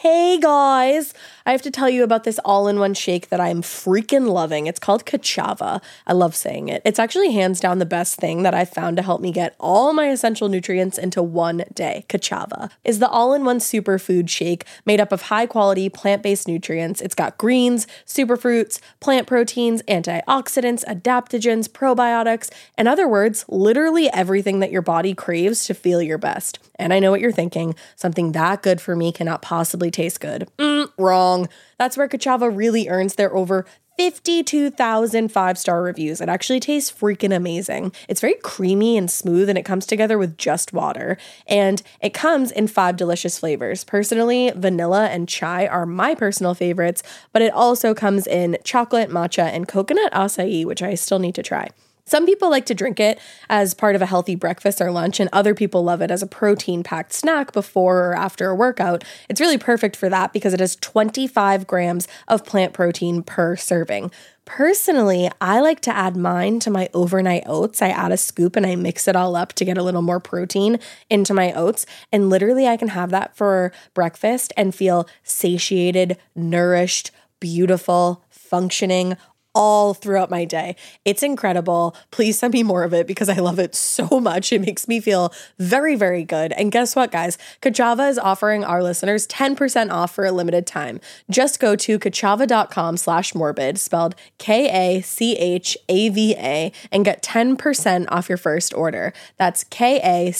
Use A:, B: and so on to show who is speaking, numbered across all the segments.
A: Hey guys, I have to tell you about this all in one shake that I'm freaking loving. It's called Kachava. I love saying it. It's actually hands down the best thing that I've found to help me get all my essential nutrients into one day. Kachava is the all in one superfood shake made up of high quality plant based nutrients. It's got greens, superfruits, plant proteins, antioxidants, adaptogens, probiotics, in other words, literally everything that your body craves to feel your best. And I know what you're thinking something that good for me cannot possibly taste good. Mm, wrong. That's where Kachava really earns their over 52,000 five star reviews. It actually tastes freaking amazing. It's very creamy and smooth, and it comes together with just water. And it comes in five delicious flavors. Personally, vanilla and chai are my personal favorites, but it also comes in chocolate, matcha, and coconut acai, which I still need to try. Some people like to drink it as part of a healthy breakfast or lunch, and other people love it as a protein packed snack before or after a workout. It's really perfect for that because it has 25 grams of plant protein per serving. Personally, I like to add mine to my overnight oats. I add a scoop and I mix it all up to get a little more protein into my oats. And literally, I can have that for breakfast and feel satiated, nourished, beautiful, functioning, all throughout my day. It's incredible. Please send me more of it because I love it so much. It makes me feel very, very good. And guess what, guys? Kachava is offering our listeners 10% off for a limited time. Just go to kachava.com slash morbid, spelled K-A-C-H-A-V-A, and get 10% off your first order. That's K-A-C-H-A-V-A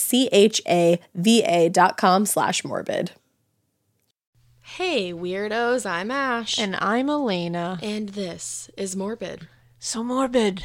A: dot com slash morbid.
B: Hey, weirdos, I'm Ash.
C: And I'm Elena.
B: and this is Morbid.
C: So morbid.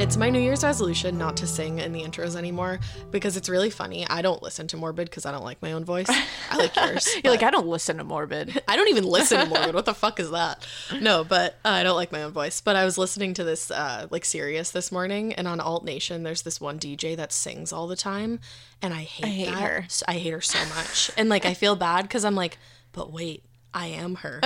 B: It's my New Year's resolution not to sing in the intros anymore because it's really funny. I don't listen to Morbid because I don't like my own voice. I like yours.
C: You're
B: but-
C: like, I don't listen to morbid.
B: I don't even listen to Morbid. What the fuck is that? No, but uh, I don't like my own voice. But I was listening to this uh, like Sirius this morning, and on Alt Nation, there's this one DJ that sings all the time, and I hate,
C: hate
B: that.
C: her.
B: S- I hate her so much, and like I feel bad because I'm like, but wait, I am her.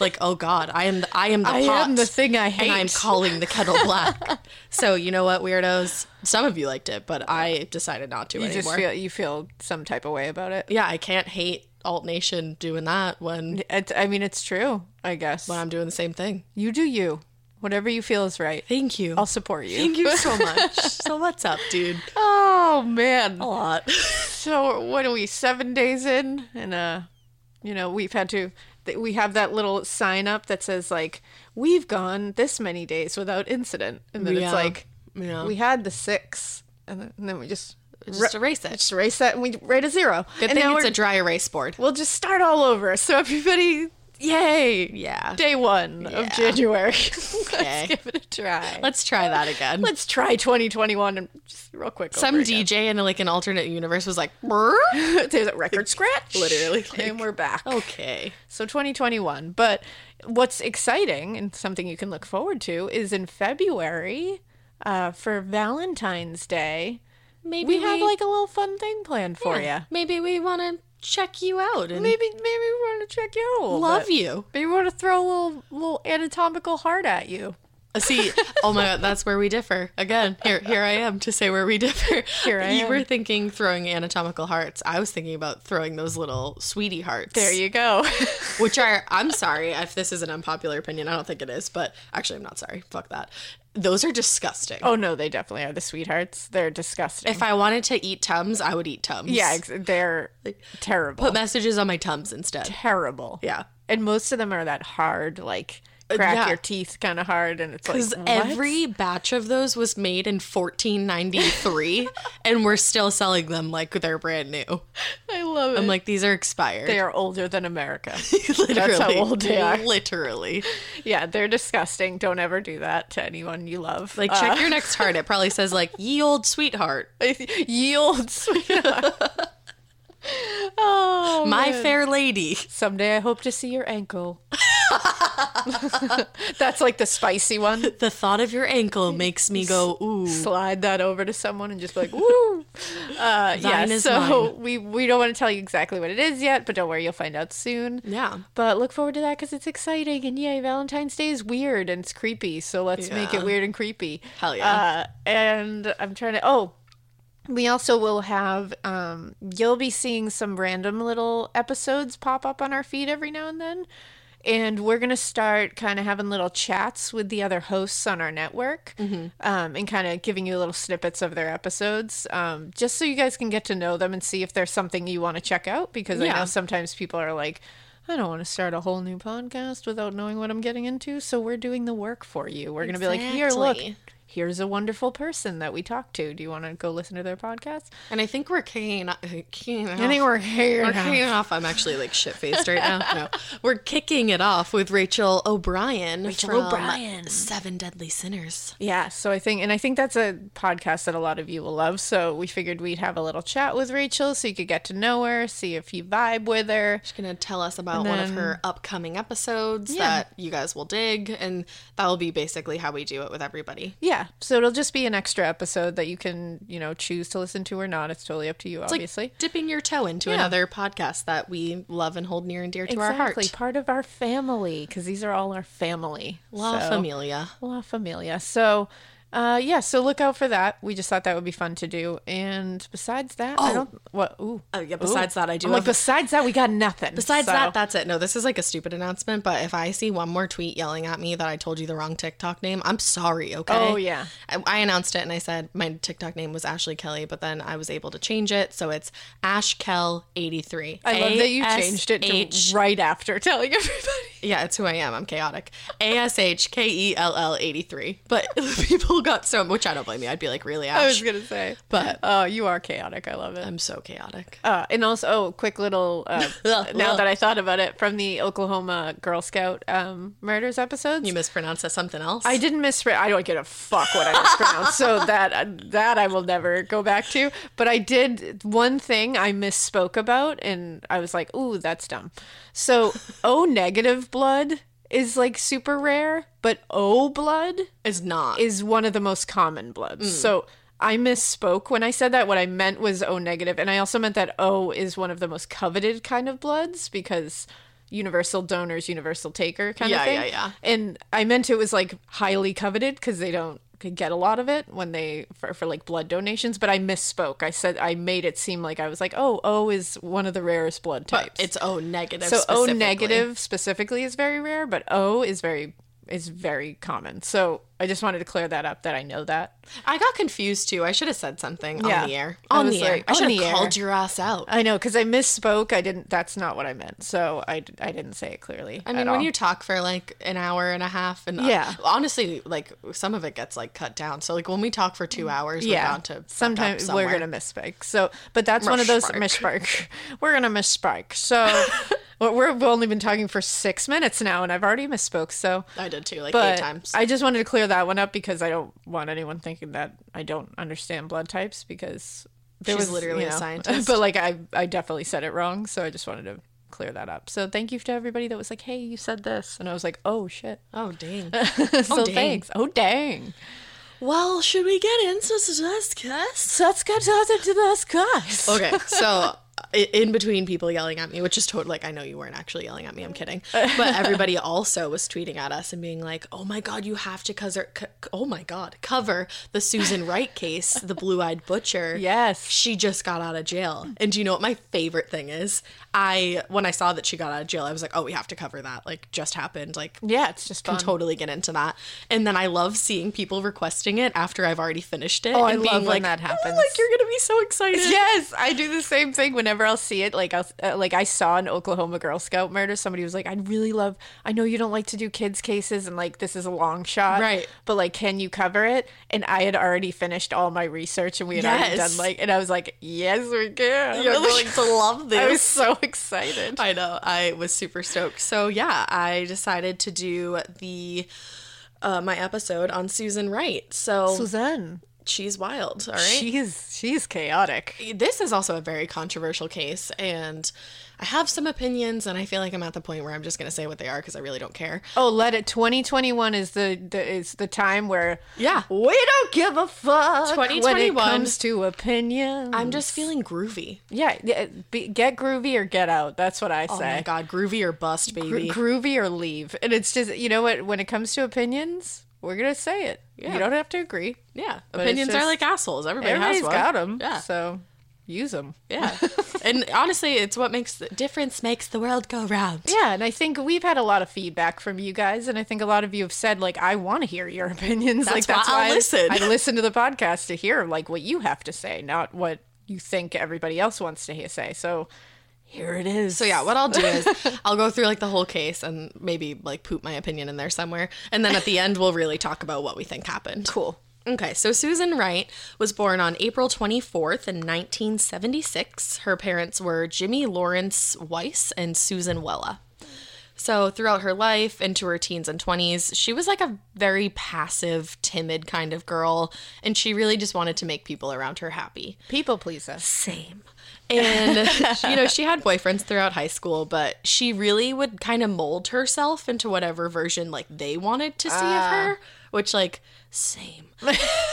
B: like oh god, I am the, I am the
C: I
B: pot,
C: am the thing I hate.
B: and I'm calling the kettle black. so you know what, weirdos? Some of you liked it, but I decided not to
C: you
B: anymore.
C: just feel you feel some type of way about it.
B: yeah, I can't hate Alt Nation doing that when.
C: It's, I mean, it's true. I guess
B: When I'm doing the same thing.
C: you do you. Whatever you feel is right.
B: Thank you.
C: I'll support you.
B: Thank you so much. so what's up, dude?
C: Oh man.
B: A lot.
C: So what are we? Seven days in, and uh, you know, we've had to. th- We have that little sign up that says like, we've gone this many days without incident, and then
B: Yeah.
C: it's like,
B: Yeah.
C: we had the six, and then, and then we just
B: Just erase it.
C: just erase that and we rate a zero.
B: Good
C: and
B: thing it's
C: we're-
B: a dry erase board.
C: we'll just start all over. So everybody,
B: Yay! Yeah.
C: Day one of
B: Yeah.
C: January.
B: Okay.
C: Let's give it a try.
B: Let's try that again.
C: Let's try 2021 and just real quick.
B: Some
C: over again.
B: DJ in like an alternate universe was like, "Brr."
C: There's a record scratch.
B: Literally,
C: and
B: like- oh.
C: we're back.
B: okay.
C: So 2021. But what's exciting and something you can look forward to is in February uh, for Valentine's Day,
B: Maybe
C: we, have like a little fun thing planned for you.
B: Maybe we want to check you out and
C: Maybe maybe we want to check you out. a little
B: love
C: bit.
B: you.
C: Maybe we want to throw a little little anatomical heart at you.
B: Uh, See, oh my god, that's where we differ again. Here, here I am to say where we differ.
C: Here I
B: you
C: am.
B: were thinking throwing anatomical hearts. I was thinking about throwing those little sweetie hearts.
C: There you go.
B: Which are, I'm sorry if this is an unpopular opinion. I don't think it is, but actually, I'm not sorry. Fuck that. Those are disgusting.
C: oh no, they definitely are the sweethearts. They're disgusting.
B: If I wanted to eat tums, I would eat tums.
C: yeah, ex- they're terrible.
B: Put messages on my tums instead.
C: terrible. Uh,
B: Yeah.
C: And most of them are that hard, like crack
B: yeah.
C: your teeth kind of hard, and it's like "Mm."
B: Because
C: what?
B: every batch of those was made in 1493, and we're still selling them like they're brand new.
C: I love it.
B: I'm like, these are expired.
C: they are older than America.
B: literally,
C: That's how old they are.
B: Literally.
C: yeah, they're disgusting. Don't ever do that to anyone you love.
B: Like, check your next heart. It probably says, like, ye old sweetheart,
C: Uh, yield, sweetheart. oh,
B: my fair lady.
C: someday I hope to see your ankle. That's like the spicy one.
B: The thought of your ankle makes me go, ooh.
C: slide that over to someone and just be like, "Woo!" Uh, yeah.
B: Thine is
C: So we we don't want to tell you exactly what it is yet, but don't worry, you'll find out soon.
B: Yeah.
C: But look forward to that because it's exciting and yay! Valentine's Day is weird and it's creepy, so let's make it
B: Yeah.
C: weird and creepy.
B: Hell
C: Uh,
B: yeah.
C: and I'm trying to. Oh, we also will have um you'll be seeing some random little episodes pop up on our feed every now and then and we're going to start kind of having little chats with the other hosts on our network
B: Mm-hmm.
C: um, and kind of giving you little snippets of their episodes um, just so you guys can get to know them and see if there's something you want to check out because i
B: Yeah.
C: know sometimes people are like i don't want to start a whole new podcast without knowing what i'm getting into so we're doing the work for you we're going to be like here look
B: Exactly.
C: here's a wonderful person that we talked to do you want to go listen to their podcast
B: And I think we're kicking, kicking off.
C: uh, I think we're here.
B: We're
C: now.
B: kicking it off. I'm actually like shit faced right now. No, we're kicking it off with Rachel O'Brien. Rachel
C: O'Brien.
B: Seven Deadly Sinners.
C: Yeah, so I think, and I think that's a podcast that a lot of you will love. So we figured we'd have a little chat with Rachel so you could get to know her, see if you vibe with her.
B: She's gonna tell us about one of her upcoming episodes that you guys will dig, and that will be basically how we do it with everybody.
C: Yeah, so it'll just be an extra episode that you can, you know, choose to listen to or not. It's totally up to you,
B: It's like
C: obviously.
B: dipping your toe into another podcast that we love and hold near and dear to our
C: exactly,
B: heart.
C: part of our family because these are all our family.
B: La
C: So-
B: Familia.
C: La Familia. So, uh, yeah, so look out for that. We just thought that would be fun to do. And besides that, I don't. What? Ooh.
B: Oh, yeah, besides that, I do
C: I'm like,
B: have-
C: besides that, we got nothing.
B: Besides
C: So-
B: that, that's it. No, this is like a stupid announcement, but if I see one more tweet yelling at me that I told you the wrong TikTok name, I'm sorry, okay?
C: Oh, yeah.
B: I, I announced it and I said my TikTok name was Ashley Kelly, but then I was able to change it. So it's AshKel83.
C: I love that you changed it
B: ASH
C: to right after telling everybody.
B: yeah, it's who I am. I'm chaotic. A S H K E L L 83. But people got so, which I don't blame you. I'd be like, really, Ash?
C: I was gonna say, but oh, you are chaotic. I love it.
B: I'm so chaotic.
C: Uh, and also, oh, quick little. Uh, now that I thought about it, from the Oklahoma Girl Scout um, murders episodes,
B: You mispronounced it something else?
C: I didn't mispronounce. I don't give a fuck what I mispronounced, so that that I will never go back to. But I did one thing I misspoke about, and I was like, "Ooh, that's dumb." So O negative blood is like super rare, but O blood
B: It's not. Mm.
C: is one of the most common bloods. So I misspoke when I said that. What I meant was O negative, and I also meant that O is one of the most coveted kind of bloods because universal donors, universal taker kind
B: Yeah,
C: of thing.
B: yeah, yeah.
C: And I meant it was like highly coveted because they don't get a lot of it when they for, for like blood donations. But I misspoke. I said I made it seem like I was like, oh, O is one of the rarest blood types.
B: But it's O negative.
C: So O
B: specifically.
C: negative specifically is very rare, but O is very is very common. So I just wanted to clear that up that I know that.
B: I got confused too. I should have said something
C: Yeah.
B: on the air.
C: I
B: On
C: was
B: the air.
C: like,
B: I
C: on
B: should
C: the air.
B: have called your ass out.
C: I know because I misspoke. I didn't. That's not what I meant. So I, d- I didn't say it clearly.
B: I mean, when you talk for like an hour and a half, and uh,
C: Yeah.
B: honestly, like some of it gets like cut down. So like when we talk for two hours, we're
C: Mm. yeah,
B: bound to fuck up
C: sometimes we're
B: somewhere.
C: gonna misspeak. So, but that's one of those
B: Misspeak.
C: misspeak. We're gonna misspeak. So. Well, we're- we've only been talking for six minutes now, and I've already misspoke. So,
B: I did too, like
C: but
B: eight times.
C: I just wanted to clear that one up because I don't want anyone thinking that I don't understand blood types because there
B: She's
C: was
B: literally
C: you
B: a
C: know,
B: scientist.
C: But like I, I definitely said it wrong, so I just wanted to clear that up. So thank you to everybody that was like, "Hey, you said this," and I was like, "Oh shit."
B: oh dang.
C: so
B: dang.
C: thanks. Oh dang.
B: well, should we get into this cast?
C: So let's get to the discuss.
B: Okay, so i- in between people yelling at me, which is totally like I know you weren't actually yelling at me, I'm kidding. But everybody also was tweeting at us and being like, "Oh my god, you have to cover, c- c- oh my god, cover the Susan Wright case, the blue-eyed butcher."
C: Yes.
B: she just got out of jail. And do you know what my favorite thing is? I when I saw that she got out of jail, I was like, "Oh, we have to cover that. Like just happened. Like
C: Yeah, it's just fun.
B: can totally get into that. And then I love seeing people requesting it after I've already finished it.
C: Oh, I
B: and being
C: love when
B: like,
C: that
B: "Oh,
C: happens."
B: like you're gonna be so excited.
C: Yes, I do the same thing whenever I'll see it. Like, I'll, uh, like I saw an Oklahoma Girl Scout murder. Somebody was like, "I'd really love. I know you don't like to do kids cases, and like this is a long shot,
B: Right.
C: But like, can you cover it?" And I had already finished all my research, and we had already
B: Yes.
C: done like, and I was like, "Yes, we can."
B: You're going to love
C: I was
B: this.
C: so excited.
B: I know. I was super stoked. So yeah, I decided to do the uh, my episode on Susan Wright. So
C: Suzanne,
B: she's wild. All right.
C: she's she's chaotic.
B: this is also a very controversial case, and I have some opinions, and I feel like I'm at the point where I'm just going to say what they are because I really don't care.
C: Oh, let it. Twenty twenty one is the, the is the time where
B: Yeah.
C: we don't give a fuck. when it
B: 2021.
C: comes to opinions.
B: I'm just feeling groovy.
C: Yeah, yeah, be, get groovy or get out. That's what I
B: Oh my
C: say.
B: god, groovy or bust,
C: Gro-
B: baby.
C: groovy or leave. And it's just, you know what? When it comes to opinions, we're gonna say it.
B: Yeah.
C: You don't have to agree.
B: yeah,
C: But it's
B: opinions are
C: just-
B: like assholes. Everybody
C: Everybody's
B: has one.
C: got them.
B: Yeah.
C: So use them.
B: yeah. and honestly, it's what makes the difference makes the world go round.
C: Yeah, and I think we've had a lot of feedback from you guys, and I think a lot of you have said like, "I want to hear your opinions." like
B: That's why I'll
C: I-
B: listen.
C: I listen to the podcast to hear like what you have to say, not what you think everybody else wants to he- say. So here it is.
B: So yeah, what I'll do is I'll go through like the whole case and maybe like poop my opinion in there somewhere, and then at the end we'll really talk about what we think happened.
C: cool.
B: Okay, so Susan Wright was born on April 24th in 1976. Her parents were Jimmy Lawrence Weiss and Susan Wella. So, throughout her life, into her teens and 20s, she was like a very passive, timid kind of girl, and she really just wanted to make people around her happy.
C: People please us.
B: Same. And, you know, she had boyfriends throughout high school, but she really would kind of mold herself into whatever version, like, they wanted to see of her, which, like, same.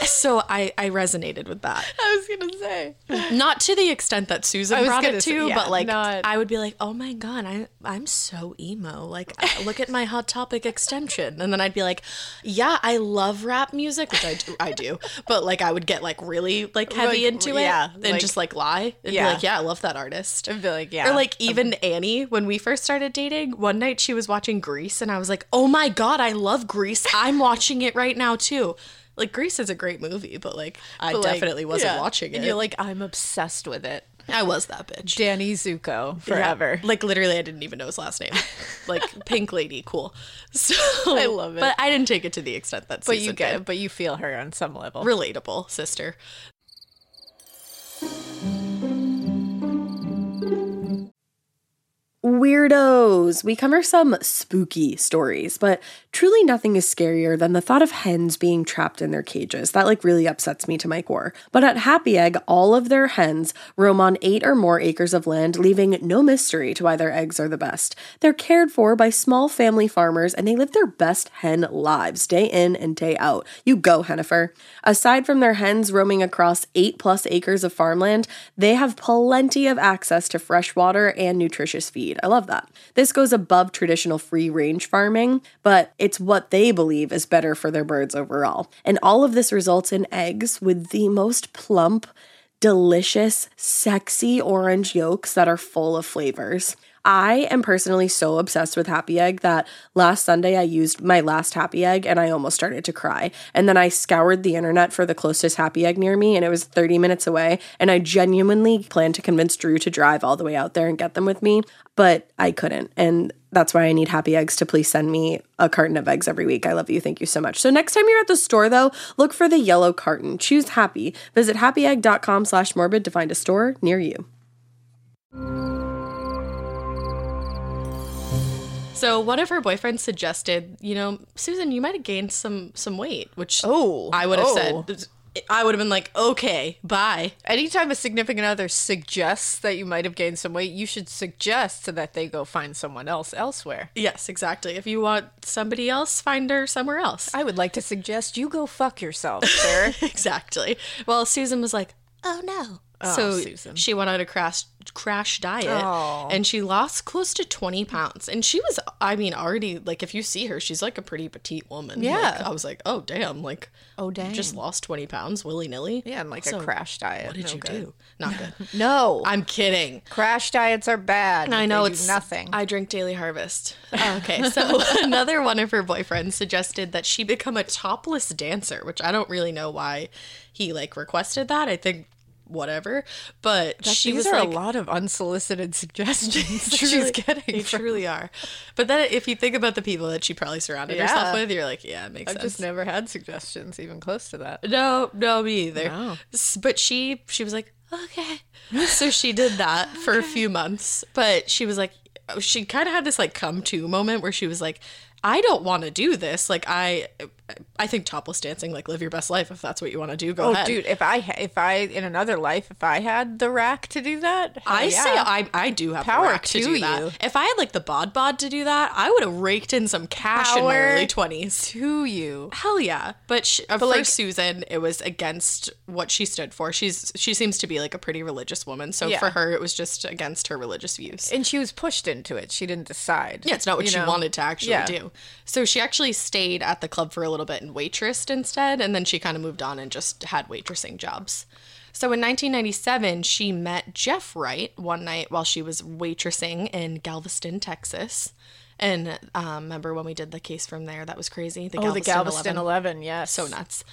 B: so I, I resonated with that.
C: I was gonna say.
B: Not to the extent that Susan
C: was
B: brought
C: gonna
B: it
C: say,
B: to,
C: yeah,
B: but like
C: not-
B: I would be like, "Oh my god, I I'm so emo. Like I- look at my hot topic extension." And then I'd be like, "Yeah, I love rap music, which I do, I do." But like I would get like really like heavy
C: Like,
B: into it
C: yeah,
B: and
C: like-
B: just like lie and
C: Yeah.
B: be like, "Yeah, I love that artist."
C: I'd be like, yeah.
B: Or like even Annie, when we first started dating, one night she was watching Grease and I was like, "Oh my god, I love Grease. I'm watching it right now too." Like Grease is a great movie, but like I
C: But, like,
B: definitely wasn't
C: yeah.
B: watching it.
C: And you're like, I'm obsessed with it.
B: I was that bitch.
C: Danny Zuko
B: Yeah.
C: forever.
B: Like literally, I didn't even know his last name. Like Pink Lady, cool. So I
C: love it.
B: but I didn't take it to the extent that.
C: But you get, but you feel her on some level.
B: relatable, sister.
A: Weirdos. We cover some spooky stories, but truly nothing is scarier than the thought of hens being trapped in their cages. That like really upsets me to my core. But at Happy Egg, all of their hens roam on eight or more acres of land, leaving no mystery to why their eggs are the best. They're cared for by small family farmers and they live their best hen lives day in and day out. You go, Hennifer. Aside from their hens roaming across eight plus acres of farmland, they have plenty of access to fresh water and nutritious feed. I love that. This goes above traditional free range farming, but it's what they believe is better for their birds overall. And all of this results in eggs with the most plump, delicious, sexy orange yolks that are full of flavors. I am personally so obsessed with Happy Egg that last Sunday I used my last Happy Egg and I almost started to cry. And then I scoured the internet for the closest Happy Egg near me and it was 30 minutes away. And I genuinely planned to convince Drew to drive all the way out there and get them with me, but I couldn't. And that's why I need happy eggs to please send me a carton of eggs every week. I love you. Thank you so much. So next time you're at the store though, look for the yellow carton. Choose happy. Visit happyegg.com slash morbid to find a store near you.
B: So one of her boyfriends suggested, you know, Susan, you might have gained some some weight, which
C: Oh,
B: I would have
C: oh.
B: said. I would have been like, okay, bye.
C: Anytime a significant other suggests that you might have gained some weight, you should suggest so that they go find someone else elsewhere.
B: Yes, exactly. If you want somebody else, find her somewhere else.
C: I would like to suggest you go fuck yourself, sir.
B: exactly. Well, Susan was like, "Oh no." so
C: Susan.
B: she went on a crash crash diet
C: Oh.
B: and she lost close to 20 pounds. And she was I mean already like if you see her, she's like a pretty petite woman.
C: Yeah.
B: Like, I was like, "Oh damn, like
C: oh,
B: you
C: dang.
B: just lost 20 pounds willy-nilly."
C: yeah, and like
B: So
C: a crash diet.
B: What did
C: No
B: you
C: good.
B: do? Not good.
C: No.
B: I'm kidding.
C: crash diets are bad.
B: I know
C: They do
B: it's
C: nothing.
B: I drink Daily Harvest. Oh, Okay, so another one of her boyfriends suggested that she become a topless dancer, which I don't really know why he like requested that. I think whatever, but she
C: These
B: was
C: are
B: like,
C: a lot of unsolicited suggestions that she's
B: truly-
C: getting.
B: They
C: from-
B: truly are. But then if you think about the people that she probably surrounded herself
C: Yeah.
B: with, you're like, yeah, it makes
C: I've
B: sense.
C: just never had suggestions even close to that.
B: No, no, me either.
C: No.
B: S- But she she was like, okay. So she did that for a few months, but she was like, she kind of had this like come to moment where she was like, I don't want to do this. Like I, I think topless dancing, like live your best life if that's what you want to do. Go
C: Oh,
B: ahead.
C: dude, if I ha- if I in another life if I had the rack to do that, hell
B: I say
C: oh, yeah.
B: I, I do have
C: Power
B: the rack to,
C: to
B: do
C: you.
B: that. If I had like the bod bod to do that, I would have raked in some cash in my
C: Power
B: early twenties.
C: to you.
B: Hell yeah! But, she, for
C: like-
B: Susan, it was against what she stood for. She's she seems to be like a pretty religious woman, so
C: Yeah.
B: for her, it was just against her religious views.
C: And she was pushed into it. She didn't decide.
B: yeah, it's not what
C: you
B: she
C: know?
B: wanted to actually
C: Yeah.
B: do. So she actually stayed at the club for a little bit and waitressed instead, and then she kind of moved on and just had waitressing jobs. So in 1997, she met Jeff Wright one night while she was waitressing in Galveston, Texas. And um, remember when we did the case from there? That was crazy. The
C: Oh, the Galveston 11, yes.
B: so nuts.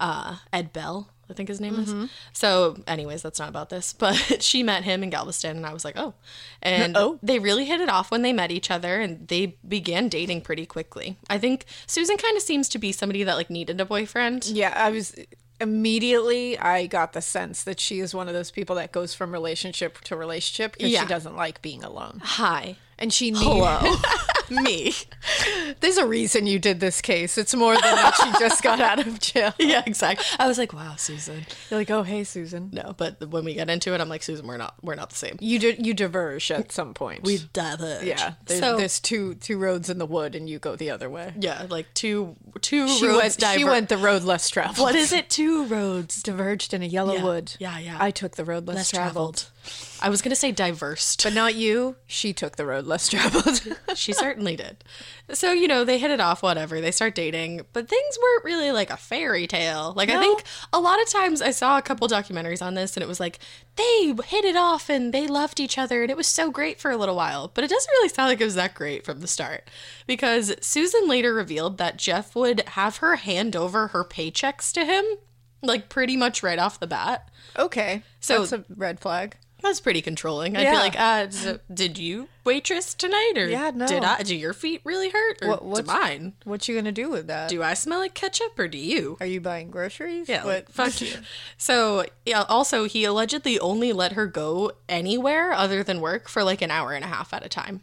B: Uh, Ed Bell, I think his name
C: Mm-hmm.
B: is. So, anyways, that's not about this, but she met him in Galveston, and I was like, oh. And
C: Oh.
B: they really hit it off when they met each other, and they began dating pretty quickly. I think Susan kind of seems to be somebody that like needed a boyfriend.
C: Yeah, I was immediately I got the sense that she is one of those people that goes from relationship to relationship because
B: Yeah.
C: she doesn't like being alone.
B: Hi,
C: And she needs
B: hello, me.
C: There's a reason you did this case. It's more than that she just got out of jail.
B: Yeah, exactly. I was like, wow, Susan.
C: You're like, "Oh, hey, Susan."
B: No, but when we get into it, I'm like, Susan, we're not, we're not the same.
C: You di- you diverge at some point. We
B: Diverge.
C: yeah, there's,
B: so
C: there's two two roads in the wood, and you go the other way.
B: yeah, like two, two
C: She
B: roads
C: went,
B: diverge.
C: she went the road less traveled.
B: What is it? Two roads
C: Diverged in a yellow
B: Yeah.
C: wood.
B: Yeah, yeah.
C: I took the road less, traveled.
B: I was gonna say diverse,
C: but not you. She took the road less traveled.
B: but she certainly did. So you know they hit it off. Whatever they start dating, but things weren't really like a fairy tale. Like I think a lot of times I saw a couple documentaries on this, and it was like they hit it off and they loved each other, and it was so great for a little while. But it doesn't really sound like it was that great from the start, because Susan later revealed that Jeff would have her hand over her paychecks to him, like pretty much right off the bat.
C: okay,
B: So-
C: that's a red flag.
B: That's pretty controlling. I'd be
C: Yeah.
B: like, uh, so did you waitress tonight, or
C: Yeah, no.
B: did I? Do your feet really hurt, or
C: What- what's-
B: do mine?
C: What you gonna do with that?
B: Do I smell like ketchup, or do you?
C: Are you buying groceries?
B: Yeah, like,
C: What?
B: fuck you. So yeah. Also, he allegedly only let her go anywhere other than work for like an hour and a half at a time.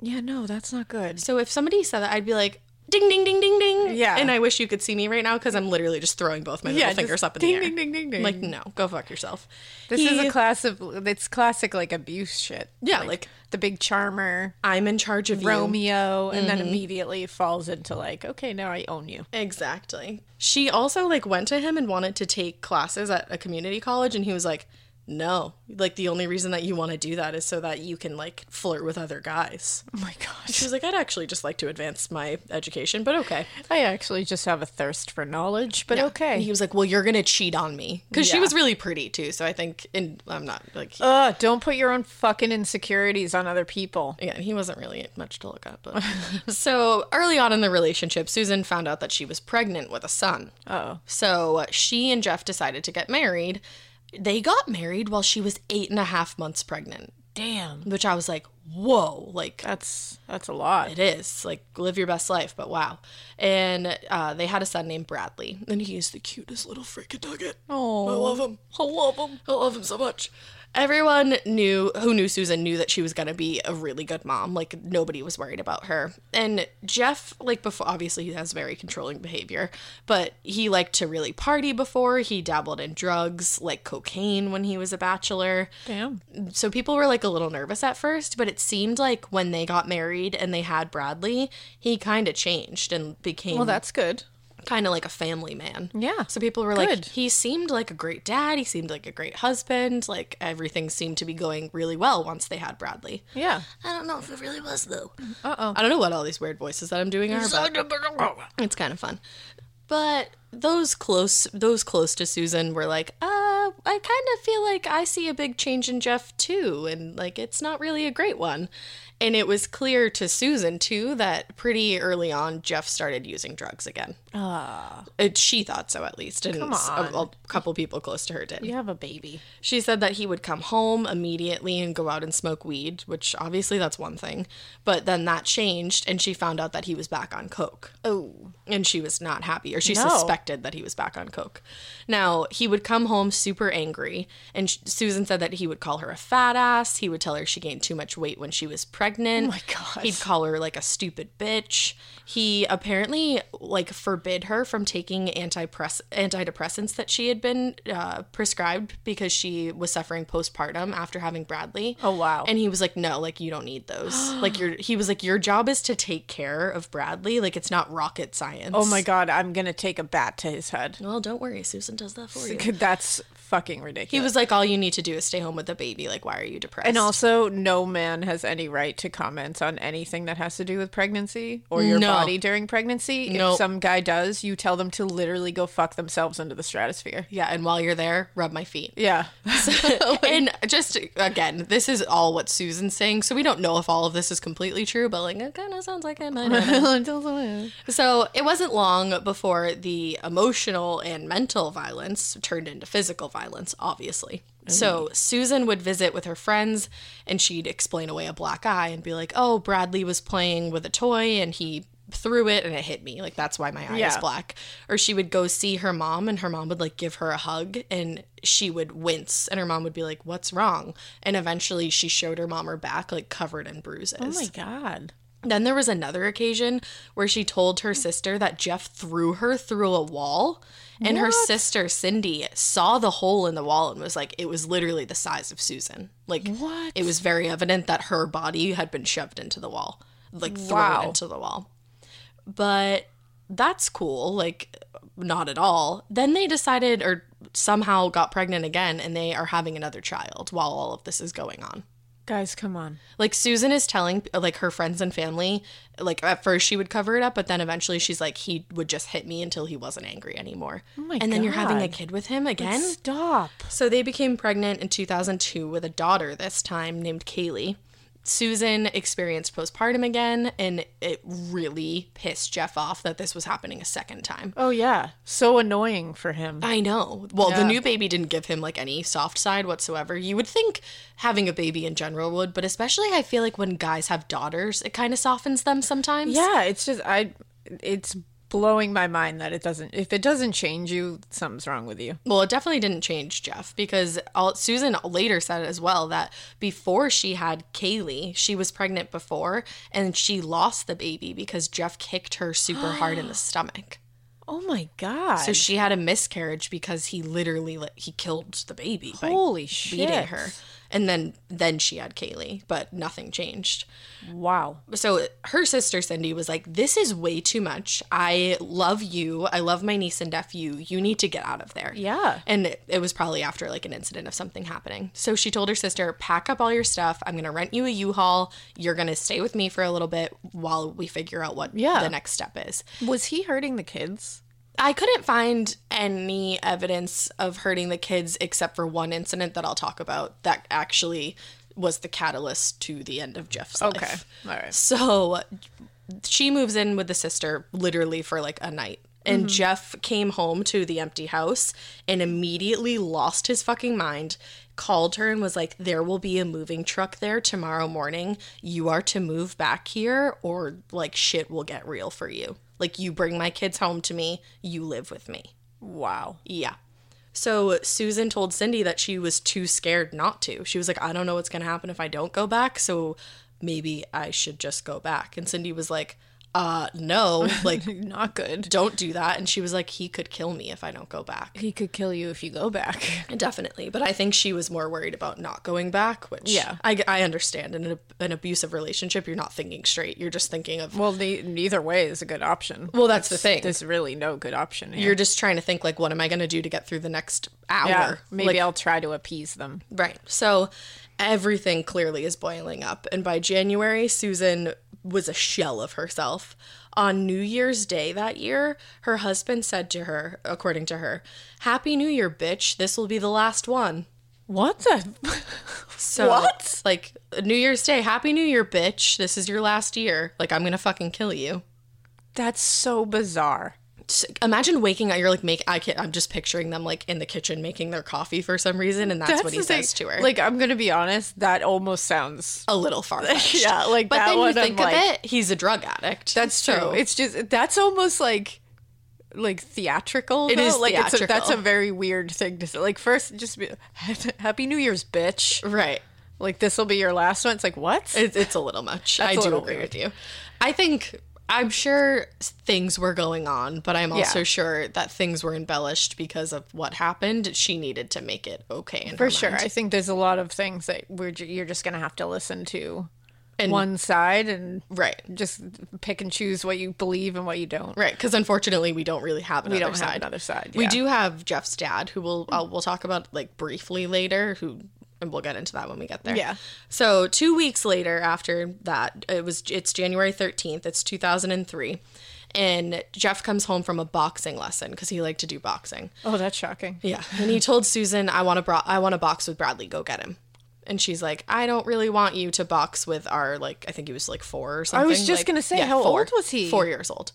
C: Yeah, no, that's not good.
B: So if somebody said that, I'd be like, ding, ding, ding, ding, ding.
C: Yeah.
B: And I wish you could see me right now because I'm literally just throwing both my
C: Yeah,
B: little fingers
C: just
B: up in the
C: ding,
B: air.
C: ding, ding, ding, ding.
B: Like no, go fuck yourself.
C: This is
B: He-
C: a class of it's classic like abuse shit.
B: Yeah, like-
C: the big charmer
B: I'm in charge of you. Mm-hmm.
C: Romeo, and then immediately falls into like, okay, now I own you.
B: Exactly. She also like went to him and wanted to take classes at a community college and he was like, "No. Like the only reason that you want to do that is so that you can like flirt with other guys."
C: Oh my gosh,
B: She was like, "I'd actually just like to advance my education, but okay."
C: I actually just have a thirst for knowledge, but
B: Yeah. And
C: okay.
B: he was like, "Well, you're going to cheat on me." Cuz she
C: Yeah.
B: was really pretty too, so I think and I'm not like he,
C: Ugh, don't put your own fucking insecurities on other people.
B: yeah, he wasn't really much to look at. But. so early on in the relationship, Susan found out that she was pregnant with a son.
C: Oh,
B: So she and Jeff decided to get married. They got married while she was eight and a half months pregnant,
C: damn,
B: which I was like, whoa, like
C: that's that's a lot.
B: it is. Like, live your best life, but wow. And uh, they had a son named Bradley, and he is the cutest little freaking nugget.
C: Oh,
B: I love him. I love him. I love him so much. Everyone knew who knew Susan knew that she was going to be a really good mom. Like nobody was worried about her. And Jeff like before obviously he has very controlling behavior, but he liked to really party before. He dabbled in drugs like cocaine when he was a bachelor
C: Damn.
B: so people were like a little nervous at first, but it seemed like when they got married and they had Bradley, he kind of changed and became
C: Well, that's good.
B: kind of like a family man.
C: Yeah.
B: So people were like,
C: Good.
B: he seemed like a great dad. He seemed like a great husband. Like everything seemed to be going really well once they had Bradley.
C: Yeah.
B: I don't know if it really was though.
C: Uh oh.
B: I don't know what all these weird voices that I'm doing are. but- it's kind of fun. But those close those close to Susan were like, uh, I kind of feel like I see a big change in Jeff too, and like it's not really a great one. And it was clear to Susan too that pretty early on Jeff started using drugs again. It, she thought so at least, and
C: Come
B: s- a-
C: on.
B: a couple people close to her did.
C: You have a baby.
B: She said that he would come home immediately and go out and smoke weed, which obviously that's one thing. But then that changed, and she found out that he was back on coke.
C: Oh.
B: And she was not happy, or she
C: No.
B: suspected that he was back on coke. Now, he would come home super angry, and sh- Susan said that he would call her a fat ass. He would tell her she gained too much weight when she was pregnant.
C: Oh my God.
B: He'd call her like a stupid bitch. He apparently like forbid her from taking antipress- antidepressants that she had been uh, prescribed because she was suffering postpartum after having Bradley.
C: Oh, wow.
B: And he was like, "No, like you don't need those. like your he was like, your job is to take care of Bradley. Like it's not rocket science."
C: Oh my God. I'm gonna take a bat to his head.
B: Well, don't worry, Susan does that for you.
C: That's fucking
B: He
C: ridiculous.
B: was like, "All you need to do is stay home with the baby. Like, why are you depressed?"
C: and also, no man has any right to comment on anything that has to do with pregnancy or your
B: No.
C: body during pregnancy.
B: Nope.
C: If some guy does, you tell them to literally go fuck themselves into the stratosphere.
B: yeah, and while you're there, rub my feet.
C: Yeah.
B: and just again, this is all what Susan's saying, so we don't know if all of this is completely true, but like it kind of sounds like it might. have.
C: Oh
B: so it wasn't long before the emotional and mental violence turned into physical violence, obviously. So Susan would visit with her friends, and she'd explain away a black eye and be like, "Oh, Bradley was playing with a toy, and he." threw it and it hit me like that's why my eye is
C: Yeah.
B: black or she would go see her mom and her mom would like give her a hug and she would wince and her mom would be like what's wrong and eventually she showed her mom her back like covered in bruises
C: God.
B: then there was another occasion where she told her sister that Jeff threw her through a wall. And her sister, Cindy, saw the hole in the wall and was like, it was literally the size of Susan. Like,
C: What?
B: it was very evident that her body had been shoved into the wall, like thrown
C: Wow.
B: into the wall. But that's cool. Like, not at all. Then they decided, or somehow got pregnant again, and they are having another child while all of this is going on
C: Guys, come on.
B: like susan is telling like her friends and family like at first she would cover it up but then eventually she's like he would just hit me until he wasn't angry anymore
C: Oh my
B: and then you're having a
C: God.
B: kid with him again
C: Stop.
B: so they became pregnant in 2002 with a daughter this time named kaylee susan experienced postpartum again and it really pissed jeff off that this was happening a second time
C: Oh, yeah. So annoying for him.
B: I know. Well, the
C: Yeah.
B: new baby didn't give him like any soft side whatsoever. You would think having a baby in general would, but especially I feel like when guys have daughters, it kind of softens them sometimes.
C: Yeah, it's just I it's blowing my mind that it doesn't if it doesn't change you, something's wrong with you.
B: Well, it definitely didn't change Jeff because all, Susan later said as well that before she had Kaylee, she was pregnant before and she lost the baby because Jeff kicked her super hard in the stomach.
C: Oh my god.
B: So she had a miscarriage because he literally like, he killed the baby by
C: Holy
B: beating
C: shit.
B: her. And then then she had Kaylee, but nothing changed.
C: wow.
B: So her sister Cindy was like, "This is way too much. I love you. I love my niece and nephew. You need to get out of there."
C: Yeah.
B: And it, it was probably after like an incident of something happening. So she told her sister, "Pack up all your stuff. I'm going to rent you a U-Haul. You're going to stay with me for a little bit while we figure out what
C: Yeah.
B: the next step is."
C: Was he hurting the kids?
B: I couldn't find any evidence of hurting the kids except for one incident that I'll talk about that actually was the catalyst to the end of Jeff's life.
C: Okay. All right.
B: So she moves in with the sister literally for like a night. And Jeff came home to the empty house and immediately lost his fucking mind, called her and was like, There will be a moving truck there tomorrow morning. You are to move back here or like shit will get real for you. Like, you bring my kids home to me, you live with me.
C: Wow.
B: Yeah. So Susan told Cindy that she was too scared not to. She was like, I don't know what's going to happen if I don't go back, so maybe I should just go back. And Cindy was like, uh, no, like,
C: Not good.
B: don't do that. And she was like, he could kill me if I don't go back.
C: He could kill you if you go back.
B: Definitely. But I think she was more worried about not going back, which
C: Yeah.
B: I, I understand. In an, an abusive relationship, you're not thinking straight. You're just thinking of,
C: Well, the, neither way is a good option.
B: well, that's the thing.
C: There's really no good option here.
B: you're just trying to think, like, what am I going to do to get through the next hour?
C: yeah, maybe
B: Like,
C: I'll try to appease them.
B: Right. So everything clearly is boiling up. And by January, Susan was a shell of herself. On New Year's Day that year, her husband said to her, according to her, Happy New Year, bitch. This will be the last one.
C: What the?
B: So,
C: What?
B: Like, New Year's Day, Happy New Year, bitch. This is your last year. Like, I'm going to fucking kill you.
C: That's so bizarre.
B: S- Imagine waking up. You're like, make. I can't. I'm just picturing them like in the kitchen making their coffee for some reason, and that's, what he
C: the thing.
B: says to her.
C: Like, I'm gonna be honest, that almost sounds.
B: a little far.
C: Yeah, like
B: But
C: that
B: then
C: one.
B: you
C: I'm
B: think
C: like,
B: of it, he's a drug addict.
C: That's true.
B: So-
C: it's just that's almost like like theatrical.
B: It
C: though.
B: is
C: like It's a, that's
B: theatrical.
C: a very weird thing to say. Like first, just be Happy New Year's, bitch.
B: right.
C: Like this will be your last one. It's like what?
B: It, it's a little much.
C: That's
B: I
C: a
B: do
C: little
B: agree
C: weird.
B: with you. I think I'm sure s- things were going on, but I'm also
C: Yeah.
B: sure that things were embellished because of what happened. She needed to make it okay. In
C: For
B: her
C: sure.
B: mind.
C: I think there's a lot of things that we're ju- you're just gonna have to listen to one side and
B: Right.
C: just pick and choose what you believe and what you don't.
B: Right, because unfortunately we don't really have another
C: don't have
B: side.
C: another side,
B: We
C: yeah.
B: do have Jeff's dad, who we'll uh, we'll talk about like briefly later. Who and we'll get into that when we get there.
C: Yeah.
B: So two weeks later, after that, it was it's January thirteenth. It's two thousand and three, and Jeff comes home from a boxing lesson because he liked to do boxing.
C: Oh, that's shocking.
B: Yeah, and he told Susan, "I want to bro- I want to box with Bradley. Go get him." And she's like, "I don't really want you to box with our like I think he was like four or something."
C: was just
B: like-
C: gonna say, how old was he?
B: Four years old.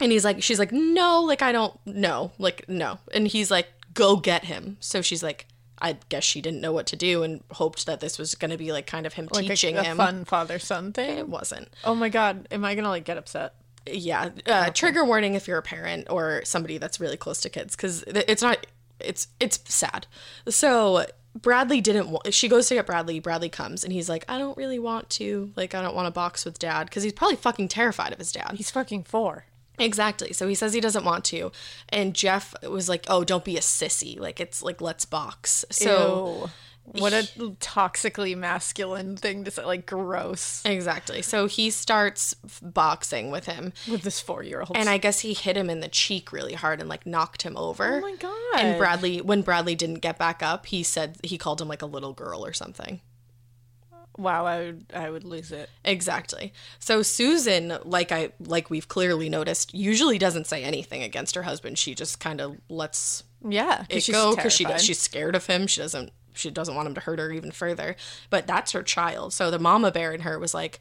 B: And he's like, she's like, no, like I don't know, like no. And he's like, go get him. So she's like, I guess she didn't know what to do and hoped that this was gonna be like kind of him
C: Like a-
B: teaching
C: a,
B: him.
C: fun father son thing.
B: It wasn't.
C: Oh my god, am I gonna like get upset?
B: yeah uh, trigger warning if you're a parent or somebody that's really close to kids because it's not it's it's sad so bradley didn't want she goes to get bradley bradley comes and he's like i don't really want to like i don't want to box with dad because he's probably fucking terrified of his dad
C: He's fucking four.
B: exactly so he says he doesn't want to and jeff was like oh don't be a sissy like it's like let's box so
C: Ew. what a toxically masculine thing to say. Like gross
B: exactly so he starts f- boxing with him
C: with this four year old.
B: and I guess he hit him in the cheek really hard and like knocked him over.
C: Oh my God.
B: And Bradley, when Bradley didn't get back up, he said he called him like a little girl or something.
C: wow, I would I would lose it.
B: Exactly. So Susan, like I like we've clearly noticed, usually doesn't say anything against her husband. She just kind of lets
C: Yeah,
B: it
C: she's
B: go because she
C: terrified.
B: does, she's scared of him. She doesn't she doesn't want him to hurt her even further. But that's her child. So the mama bear in her was like,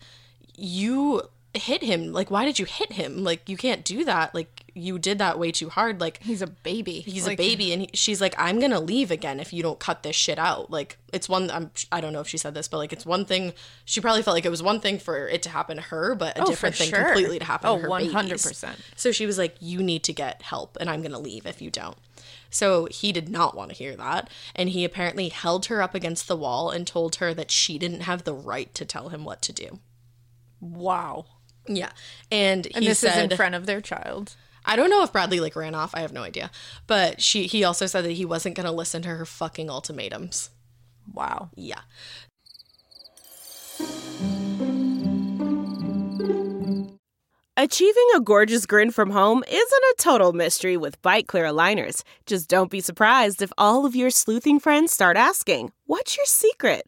B: "You hit him. Like, why did you hit him? Like, you can't do that. Like, you did that way too hard. Like,
C: He's a baby.
B: he's
C: Like,
B: a baby and he, she's like i'm gonna leave again if you don't cut this shit out like it's one I'm, i don't know if she said this but like it's one thing she probably felt like it was one thing for it to happen to her but a
C: Oh, for
B: different thing
C: sure.
B: completely to happen
C: Oh,
B: to her
C: 100%.
B: babies. so she was like you need to get help and i'm gonna leave if you don't so he did not want to hear that and he apparently held her up against the wall and told her that she didn't have the right to tell him what to do
C: Wow.
B: yeah and,
C: And
B: he
C: this
B: said
C: is in front of their child.
B: I don't know if Bradley like ran off. I have no idea. But she he also said that he wasn't going to listen to her fucking ultimatums.
C: Wow.
B: Yeah.
D: Achieving a gorgeous grin from home isn't a total mystery with bite clear aligners. Just don't be surprised if all of your sleuthing friends start asking, What's your secret?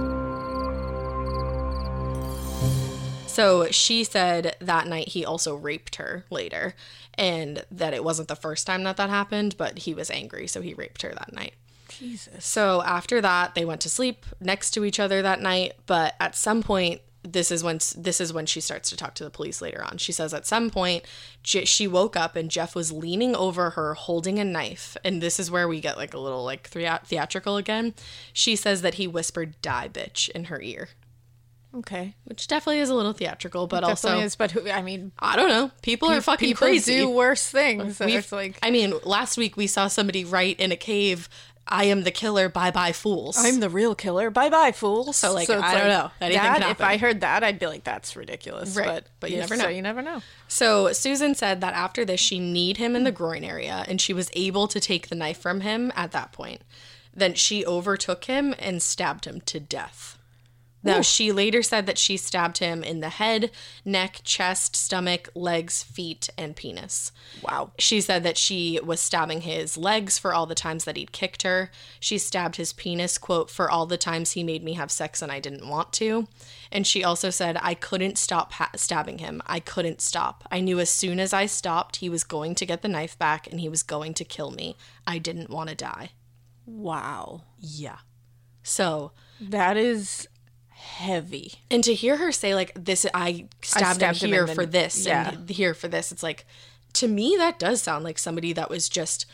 B: So she said that night he also raped her later and that it wasn't the first time that that happened, but he was angry so he raped her that night.
C: Jesus.
B: So after that, they went to sleep next to each other that night. But at some point, this is when this is when she starts to talk to the police later on. She says at some point J- she woke up and Jeff was leaning over her holding a knife, and this is where we get like a little like thea- theatrical again. She says that he whispered "die bitch" in her ear,
C: Okay.
B: which definitely is a little theatrical, but also
C: Definitely is, but who- I mean,
B: I don't know. People are fucking
C: people
B: crazy.
C: do worse things. So
B: We've-
C: it's like
B: I mean, last week we saw somebody write in a cave, "I am the killer, bye bye fools."
C: I'm the real killer. Bye bye, fool.
B: So, like,
C: it's
B: I don't know. Anything
C: that,
B: can
C: if
B: happen.
C: I heard that, I'd be like, that's ridiculous.
B: Right.
C: But,
B: But you
C: yeah,
B: never
C: so
B: know.
C: you never know.
B: So Susan said that after this, she kneed him in the groin area, and she was able to take the knife from him at that point. Then she overtook him and stabbed him to death. Now, she later said that she stabbed him in the head, neck, chest, stomach, legs, feet, and penis.
C: Wow.
B: She said that she was stabbing his legs for all the times that he'd kicked her. She stabbed his penis, quote, for all the times he made me have sex and I didn't want to. And she also said, I couldn't stop ha- stabbing him. I couldn't stop. I knew as soon as I stopped, he was going to get the knife back and he was going to kill me. I didn't want to die.
C: Wow.
B: Yeah. So,
C: That is heavy.
B: and to hear her say, like, this, I stabbed,
C: stabbed him in
B: him here
C: the-
B: for this
C: yeah.
B: and here for this, it's like, to me, that does sound like somebody that was just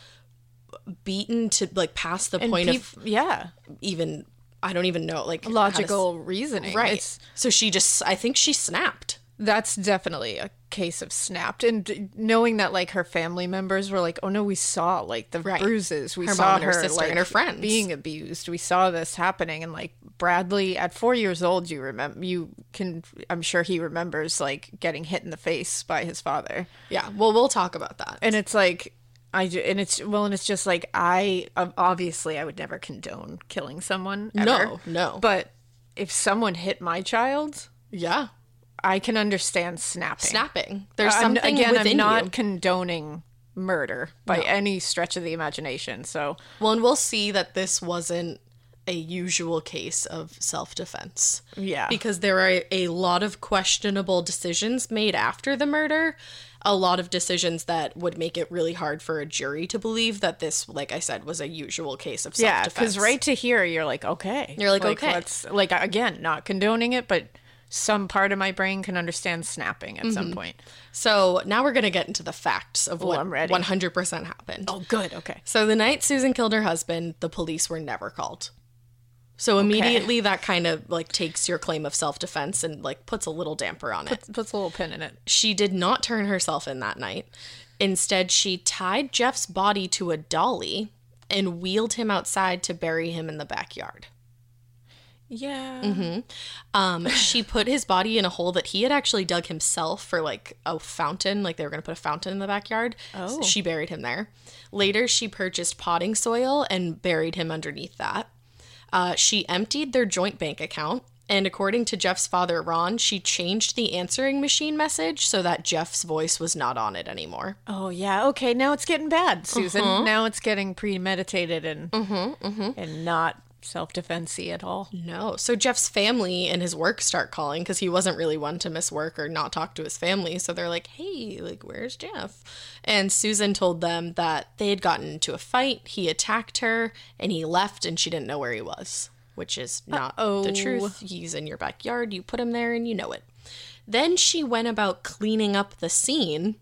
B: beaten to like past the
C: And
B: point of
C: peop- yeah.
B: even I don't even know like how to s-
C: Logical reasoning.
B: right.
C: It's-
B: so she just I think she snapped.
C: that's definitely a case of snapped. And d- knowing that, like, her family members were like, oh no, we saw, like, the
B: Right.
C: bruises. We
B: Her
C: saw
B: mom and her sister
C: like,
B: and her friends.
C: being abused. We saw this happening. And, like, Bradley, at four years old, you remember, you can, I'm sure he remembers, like, getting hit in the face by his father.
B: Yeah. Well, we'll talk about that.
C: and it's like I ju- and it's well, and it's just like I ob- obviously I would never condone killing someone. Ever,
B: No, no.
C: But if someone hit my child,
B: yeah.
C: I can understand snapping. Uh,
B: Snapping. There's
C: I'm-
B: something
C: again.
B: within
C: I'm not
B: you.
C: condoning murder by any stretch of the imagination. So
B: Well, and we'll see that this wasn't a usual case of self-defense.
C: Yeah.
B: Because there are a lot of questionable decisions made after the murder, a lot of decisions that would make it really hard for a jury to believe that this, like I said, was a usual case of
C: yeah,
B: self-defense.
C: because right to here, you're like okay,
B: You're like, okay.
C: let's like again, not condoning it, but some part of my brain can understand snapping at
B: Mm-hmm.
C: some point.
B: So now we're going to get into the facts of what
C: I'm ready.
B: 100% happened.
C: Oh, good, okay.
B: So the night Susan killed her husband, the police were never called. So immediately that kind of like takes your claim of self-defense and like puts a little damper on it.
C: Puts a little pin in it.
B: She did not turn herself in that night. Instead, she tied Jeff's body to a dolly and wheeled him outside to bury him in the backyard.
C: Yeah.
B: Um, she put his body in a hole that he had actually dug himself for like a fountain, like they were going to put a fountain in the backyard. Oh. she buried him there. Later, she purchased potting soil and buried him underneath that. Uh, she emptied their joint bank account. And according to Jeff's father, Ron, she changed the answering machine message so that Jeff's voice was not on it anymore.
C: Oh yeah, okay. Now it's getting bad, Susan.
B: Uh-huh.
C: Now it's getting premeditated and
B: Mm-hmm,
C: and not self defensey at all.
B: No. So Jeff's family and his work start calling because he wasn't really one to miss work or not talk to his family. So they're like, hey, like, where's Jeff? And Susan told them that they had gotten into a fight. He attacked her and he left and she didn't know where he was, which is not the truth. He's in your backyard. You put him there and you know it. Then she went about cleaning up the scene.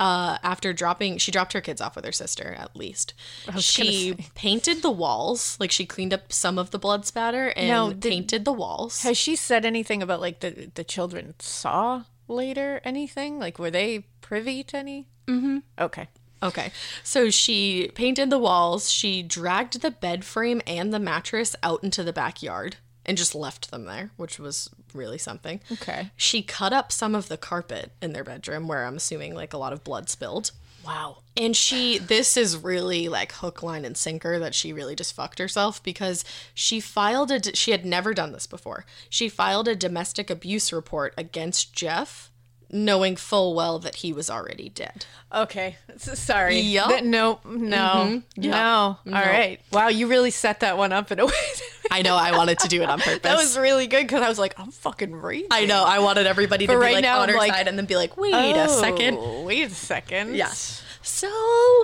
B: Uh, after dropping, she dropped her kids off with her sister, at least. She painted the walls, like she cleaned up some of the blood spatter and
C: Now, did-
B: painted the walls.
C: Has she said anything about like the the children saw later anything? Like were they privy to any? Mm-hmm. Okay.
B: Okay. So she painted the walls, she dragged the bed frame and the mattress out into the backyard and just left them there, which was really something.
C: Okay.
B: She cut up some of the carpet in their bedroom where I'm assuming like a lot of blood spilled.
C: Wow.
B: And she, this is really like hook, line, and sinker that she really just fucked herself because she filed a, she had never done this before. She filed a domestic abuse report against Jeff, knowing full well that he was already dead.
C: Okay. S- sorry.
B: Yup. Mm-hmm.
C: That- no. No. No. All right. Wow. You really set that one up in a way. that-
B: I know I wanted to do it on purpose.
C: that was really good because I was like, I'm fucking raging.
B: I know I wanted everybody to
C: But
B: be
C: right
B: like
C: now,
B: on her
C: like,
B: side and then be like, wait a second.
C: Oh, Wait a second.
B: Yes. So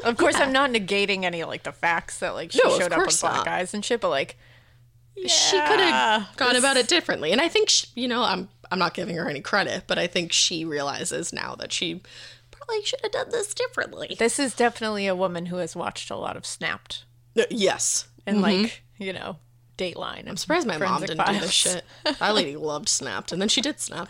C: Of course, I'm not negating any like the facts that like she
B: No, of
C: showed up with
B: course
C: black
B: not.
C: eyes and shit, but like
B: she could have gone about it differently. And I think she, you know, I'm I'm not giving her any credit, but I think she realizes now that she probably should have done this differently.
C: this is definitely a woman who has watched a lot of Snapped
B: yes.
C: and like you know Dateline. I'm
B: Mm-hmm. Surprised my mom didn't do this shit. That lady loved Snapped, and then she did Snap.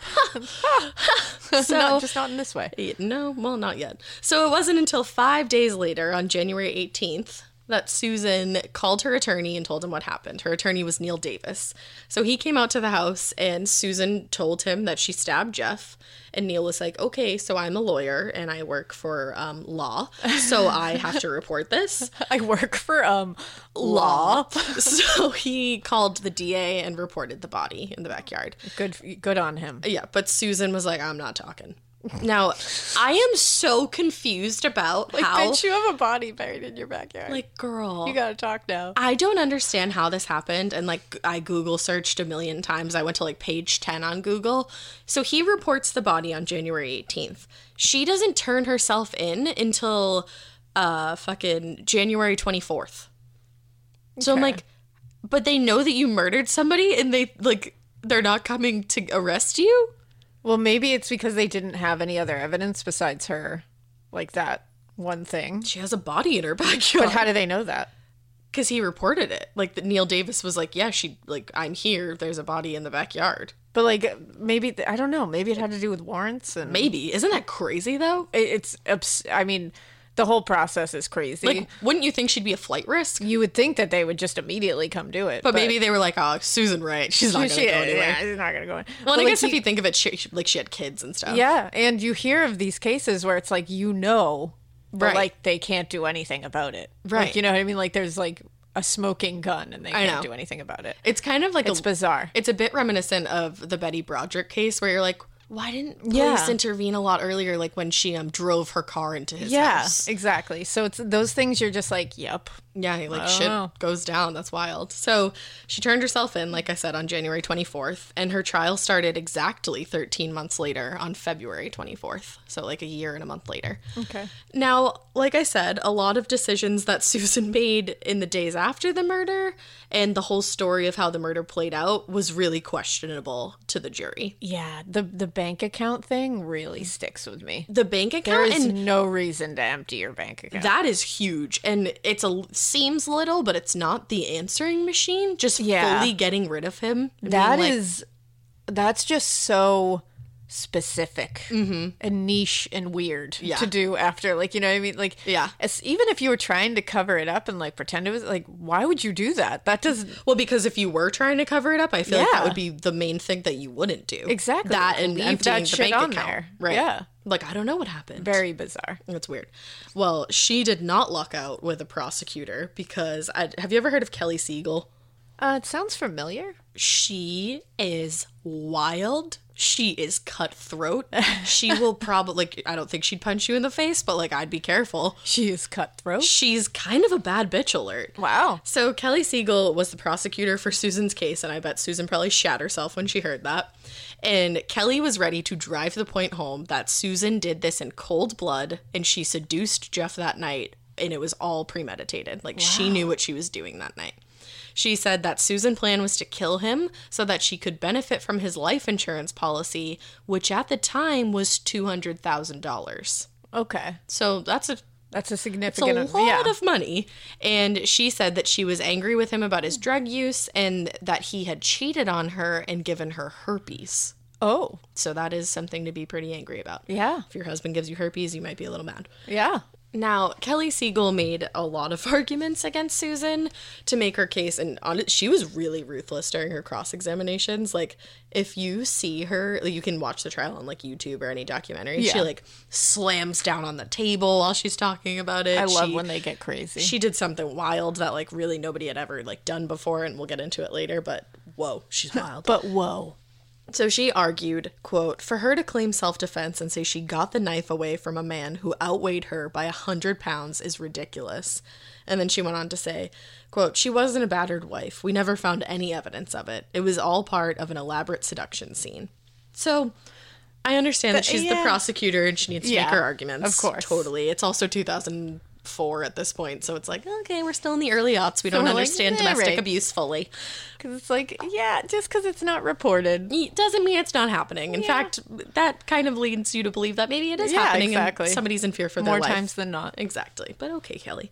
C: so not, just not in this way.
B: Yeah, No, well, not yet. So it wasn't until five days later, on January 18th, that Susan called her attorney and told him what happened. Her attorney was Neil Davis. So he came out to the house, and Susan told him that she stabbed Jeff. And Neil was like, okay, so I'm a lawyer and I work for um, law, so I have to report this.
C: I work for um
B: Law. so he called the DA and reported the body in the backyard.
C: good good on him.
B: Yeah, but Susan was like, I'm not talking. Now, I am so confused about
C: Like,
B: how.
C: bitch, you have a body buried in your backyard.
B: Like, girl.
C: you gotta talk now.
B: I don't understand how this happened. And like, I Google searched a million times. I went to like page 10 on Google. So he reports the body on January 18th. She doesn't turn herself in until uh fucking January 24th. So I'm like, but they know that you murdered somebody and they like, they're not coming to arrest you?
C: Well, maybe it's because they didn't have any other evidence besides her, like that one thing.
B: She has a body in her backyard.
C: But how do they know that?
B: because he reported it like that neil davis was like yeah she like i'm here there's a body in the backyard
C: But like maybe I don't know. Maybe it had to do with warrants and
B: maybe isn't that crazy though
C: It- it's obs- I mean, the whole process is crazy.
B: like wouldn't you think she'd be a flight risk
C: you would think that they would just immediately come do it,
B: but, maybe they were like oh susan right she's not gonna
C: she,
B: go anywhere
C: yeah, it's not gonna go. in.
B: well
C: But,
B: and i
C: like,
B: guess if you think of it she, she- like she had kids and stuff
C: yeah, and you hear of these cases where it's like you know, but
B: Right.
C: like they can't do anything about it,
B: Right.
C: Like, you know what I mean? Like there's like a smoking gun and they
B: I
C: can't
B: know.
C: do anything about it.
B: it's kind of like
C: It's
B: a,
C: bizarre.
B: it's a bit reminiscent of the betty broderick case where you're like why didn't police
C: Yeah.
B: intervene a lot earlier like when she um drove her car into his
C: yeah,
B: house
C: exactly. So it's those things you're just like, yep,
B: Yeah, he, like
C: don't
B: shit
C: know.
B: goes down. That's wild. So she turned herself in, like I said, on January 24th, and her trial started exactly 13 months later on February 24th. So, like a year and a month later.
C: okay.
B: Now, like I said, a lot of decisions that Susan made in the days after the murder and the whole story of how the murder played out was really questionable to the jury.
C: Yeah, the the bank account thing really sticks with me.
B: The bank
C: There
B: account
C: is
B: and
C: no reason to empty your bank account.
B: that is huge and it's a seems little but it's not the answering machine just
C: Yeah.
B: fully getting rid of him
C: That
B: being like,
C: is, that's just so specific and niche and weird to do after like you know what i mean like
B: Yeah.
C: as, even if you were trying to cover it up and like pretend it was like why would you do that that doesn't
B: Well, because if you were trying to cover it up, I feel like that
C: Yeah.
B: would be the main thing that you wouldn't do.
C: Exactly.
B: That and
C: Leave
B: emptying
C: that
B: the
C: shit
B: bank
C: on
B: account.
C: there.
B: Right.
C: Yeah.
B: Like I don't know what happened.
C: very bizarre
B: That's weird. Well, she did not lock out with a prosecutor because I, have you ever heard of Kelly Siegel?
C: uh it sounds familiar
B: She is wild. She is cutthroat. She will probably like I don't think she'd punch you in the face, but like I'd be careful.
C: she is cutthroat
B: She's kind of a bad bitch alert.
C: wow
B: So Kelly Siegel was the prosecutor for Susan's case, and I bet Susan probably shat herself when she heard that. And Kelly was ready to drive the point home that Susan did this in cold blood and she seduced Jeff that night, and it was all premeditated. Like she knew what she was doing that night. She said that Susan's plan was to kill him so that she could benefit from his life insurance policy, which at the time was $200,000.
C: okay
B: So that's a
C: that's a
B: it's a
C: significant
B: lot
C: yeah.
B: of money. And she said that she was angry with him about his drug use and that he had cheated on her and given her herpes.
C: oh
B: So that is something to be pretty angry about.
C: Yeah.
B: If your husband gives you herpes, you might be a little mad.
C: yeah
B: Now, Kelly Siegel made a lot of arguments against Susan to make her case, and on she was really ruthless during her cross examinations. Like, if you see her, like, you can watch the trial on like YouTube or any documentary. She
C: Yeah.
B: like slams down on the table while she's talking about it.
C: i love
B: She-
C: when they get crazy
B: she did something wild that like really nobody had ever like done before and we'll get into it later but whoa she's wild
C: but whoa
B: so she argued quote for her to claim self-defense and say she got the knife away from a man who outweighed her by a hundred pounds is ridiculous and then she went on to say quote she wasn't a battered wife we never found any evidence of it it was all part of an elaborate seduction scene so I understand that she's the
C: yeah.
B: prosecutor and she needs to
C: Yeah,
B: make her arguments.
C: of course.
B: Totally. It's also 2004 at this point. So it's like, okay, we're still in the early aughts. We don't
C: we're like,
B: understand
C: eh,
B: domestic
C: right.
B: abuse fully.
C: Because it's like, yeah, just because it's not reported.
B: It doesn't mean it's not happening. In fact, that kind of leads you to believe that maybe it is
C: Yeah,
B: happening
C: exactly.
B: and somebody's in fear for their
C: More
B: life.
C: times than not.
B: Exactly. But okay, Kelly.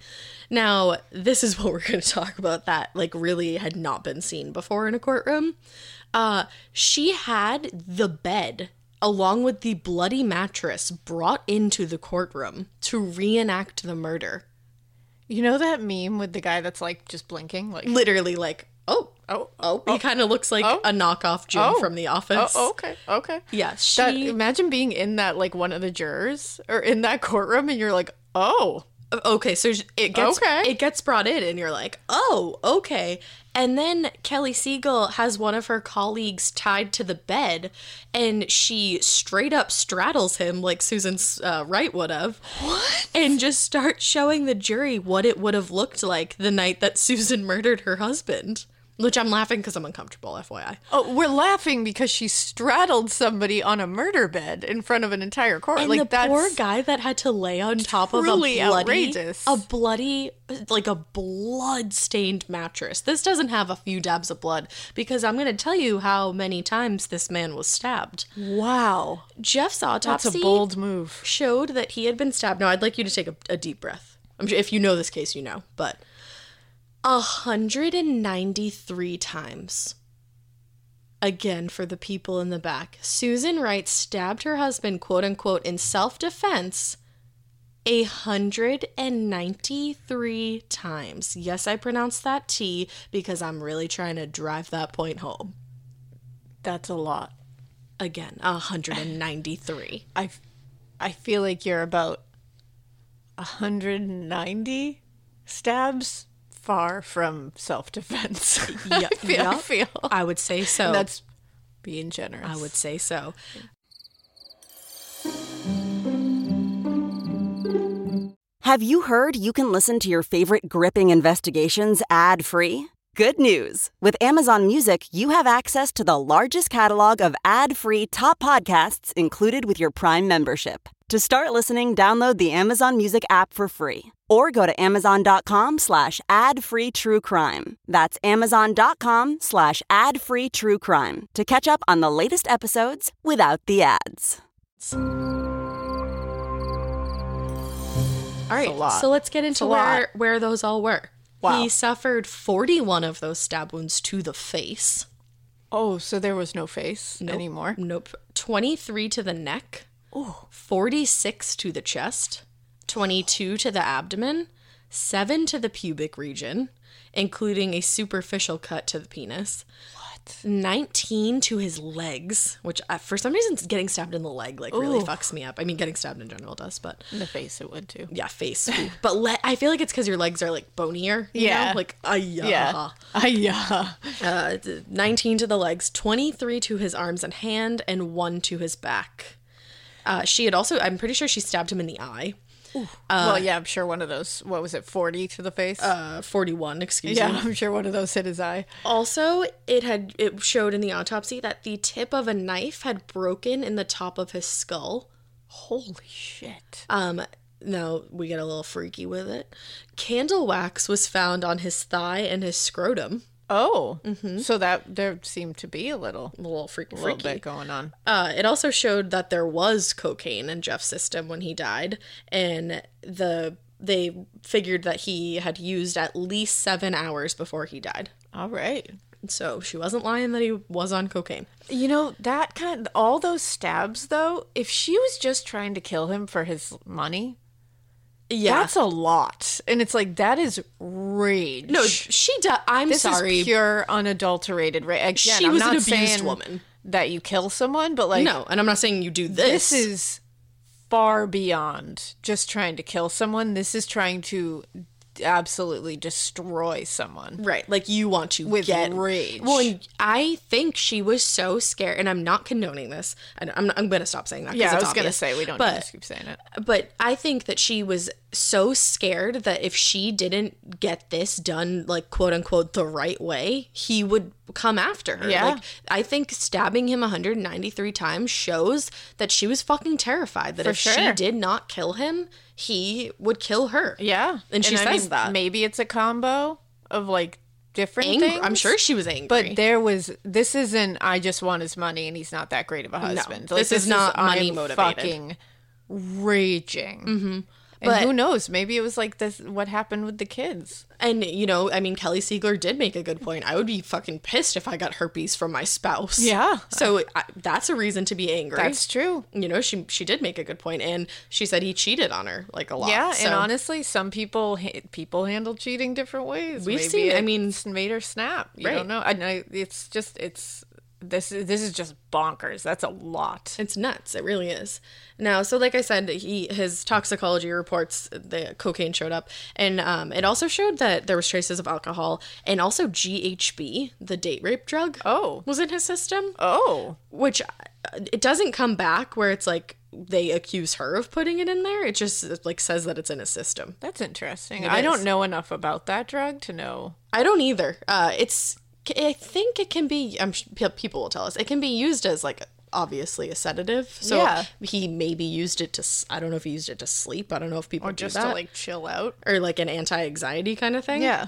B: Now, this is what we're going to talk about that like really had not been seen before in a courtroom. Uh, she had the bed along with the bloody mattress brought into the courtroom to reenact the murder.
C: You know that meme with the guy that's like just blinking? Like,
B: Literally like, "Oh, oh, oh." He kind of looks like a knockoff Jim
C: Oh.
B: from The
C: oh,
B: Office.
C: okay, okay.
B: Yeah, she
C: That, imagine being in that, like, one of the jurors or in that courtroom and you're like, oh,
B: okay so sh- it gets
C: Okay.
B: it gets brought in and you're like oh okay and then kelly siegel has one of her colleagues tied to the bed and she straight up straddles him like susan uh, wright would have what and just starts showing the jury what it would have looked like the night that susan murdered her husband which i'm laughing because i'm uncomfortable fyi
C: oh, we're laughing because she straddled somebody on a murder bed in front of an entire court.
B: And
C: like,
B: the
C: that's
B: poor guy that had to lay on top of a
C: truly
B: bloody,
C: outrageous.
B: a bloody, like a blood-stained mattress. This doesn't have a few dabs of blood because I'm going to tell you how many times this man was stabbed.
C: wow.
B: Jeff's
C: That's
B: autopsy
C: a bold move.
B: showed that he had been stabbed. Now I'd like you to take a, a deep breath. I'm sure if you know this case, you know, but 193 times. Again, for the people in the back, Susan Wright stabbed her husband, quote unquote, in self defense 193 times. Yes, I pronounced that T because I'm really trying to drive that point home.
C: That's a lot.
B: Again, 193.
C: I, f- I feel like you're about 190 stabs far from self defense.
B: Yeah,
C: I feel. I
B: yeah.
C: feel.
B: I would say so.
C: That's being generous.
B: I would say so.
E: Have you heard you can listen to your favorite gripping investigations ad free? Good news! With Amazon Music, you have access to the largest catalog of ad free top podcasts included with your Prime membership. To start listening, download the Amazon Music app for free or go to amazon.com slash ad free true crime. That's amazon.com slash ad free true crime to catch up on the latest episodes without the ads.
B: All right,
C: a lot.
B: so let's get
C: It's a
B: into
C: lot.
B: where where those all were.
C: Wow.
B: He suffered 41 of those stab wounds to the face.
C: Oh, so there was no face anymore.
B: Nope. 23 to the neck. 46 to the chest. 22 to the abdomen. 7 to the pubic region, including a superficial cut to the penis. What? 19 to his legs, which uh, for some reason getting stabbed in the leg like really fucks me up. I mean, getting stabbed in general does, but
C: In the face, it would too.
B: yeah, face. ooh. but le- I feel like it's because your legs are like bonier. You
C: Yeah.
B: Know? Like, uh, yeah.
C: Yeah. Ah, yeah.
B: Uh, d- 19 to the legs, 23 to his arms and hand, and one to his back. Uh, she had also, I'm pretty sure she stabbed him in the eye.
C: well, yeah, I'm sure one of those, what was it, 40 to the face?
B: Uh, 41, excuse
C: yeah,
B: me.
C: I'm sure one of those hit his eye.
B: Also, it had, it showed in the autopsy that the tip of a knife had broken in the top of his skull.
C: Holy shit.
B: Um, now we get a little freaky with it. Candle wax was found on his thigh and his scrotum.
C: Oh, so that there seemed to be a little,
B: A little freaky,
C: little
B: freaky.
C: bit going on.
B: Uh, it also showed that there was cocaine in Jeff's system when he died, and the they figured that he had used at least seven hours before he died.
C: All right.
B: So she wasn't lying that he was on cocaine.
C: You know, that kind all those stabs though, if she was just trying to kill him for his money,
B: Yeah,
C: that's a lot. And it's like that is rage.
B: no, she died. I'm
C: this
B: sorry.
C: is pure unadulterated rage. Again,
B: She
C: I'm
B: was an
C: not
B: abused
C: saying
B: woman.
C: that you kill someone, but like
B: no, and I'm not saying you do this.
C: this is far beyond just trying to kill someone. This is trying to absolutely destroy someone.
B: Right, like you want to
C: With
B: get
C: rage.
B: Well, and I think she was so scared, and I'm not condoning this. And I'm I'm gonna stop saying that. 'cause
C: Yeah, I
B: it's
C: was gonna
B: obvious.
C: say we don't
B: But
C: need to keep saying it.
B: but I think that she was so scared that if she didn't get this done, like quote unquote, the right way, he would come after her.
C: Yeah.
B: Like I think stabbing him 193 times shows that she was fucking terrified that
C: For
B: if she
C: sure.
B: did not kill him, he would kill her.
C: Yeah.
B: And she says that.
C: Maybe it's a combo of like different
B: Angry.
C: things.
B: I'm sure she was angry.
C: But there was this isn't I just want his money and he's not that great of a husband.
B: this is not money motivated.
C: Fucking raging. Mm-hmm.
B: But-
C: and who knows? Maybe it was like this. What happened with the kids?
B: And you know, I mean, Kelly Siegler did make a good point. I would be fucking pissed if I got herpes from my spouse.
C: Yeah.
B: So I, that's a reason to be angry.
C: That's true.
B: You know, she she did make a good point, and she said he cheated on her like a lot.
C: Yeah,
B: So
C: and honestly, some people ha- people handle cheating different ways.
B: We've seen- I mean-
C: it's made her snap. You
B: Right.
C: don't know. I know it's just it's this is this is just bonkers. That's a lot.
B: it's nuts. It really is. Now, so like I said, he his toxicology reports the cocaine showed up, and um, it also showed that there was traces of alcohol and also GHB, the date rape drug.
C: Oh.
B: was in his system.
C: Oh,
B: which uh, it doesn't come back where it's like they accuse her of putting it in there. It just it, like says that it's in his system.
C: that's interesting. I don't know enough about that drug to know.
B: I don't either. Uh, it's I think it can be. I'm sh- pe- people will tell us it can be used as like obviously a sedative. So
C: Yeah.
B: he maybe used it to. s- I don't know if he used it to sleep. I don't know if people
C: or
B: do
C: just
B: that.
C: to like chill out.
B: or like an anti-anxiety kind of thing.
C: Yeah.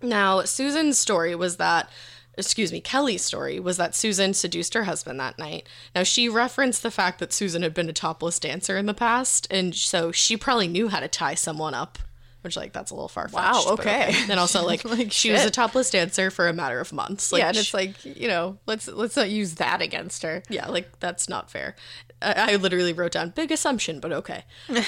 B: Now, Susan's story was that, excuse me, Kelly's story was that Susan seduced her husband that night. Now, she referenced the fact that Susan had been a topless dancer in the past, and so she probably knew how to tie someone up. Which like that's a little far fetched.
C: Wow, okay.
B: And also like, she was a
C: shit.
B: topless dancer for a matter of months. Like,
C: yeah, and
B: sh-
C: it's like you know, let's let's not use that against her.
B: yeah, like that's not fair. I, I literally wrote down big assumption, but okay.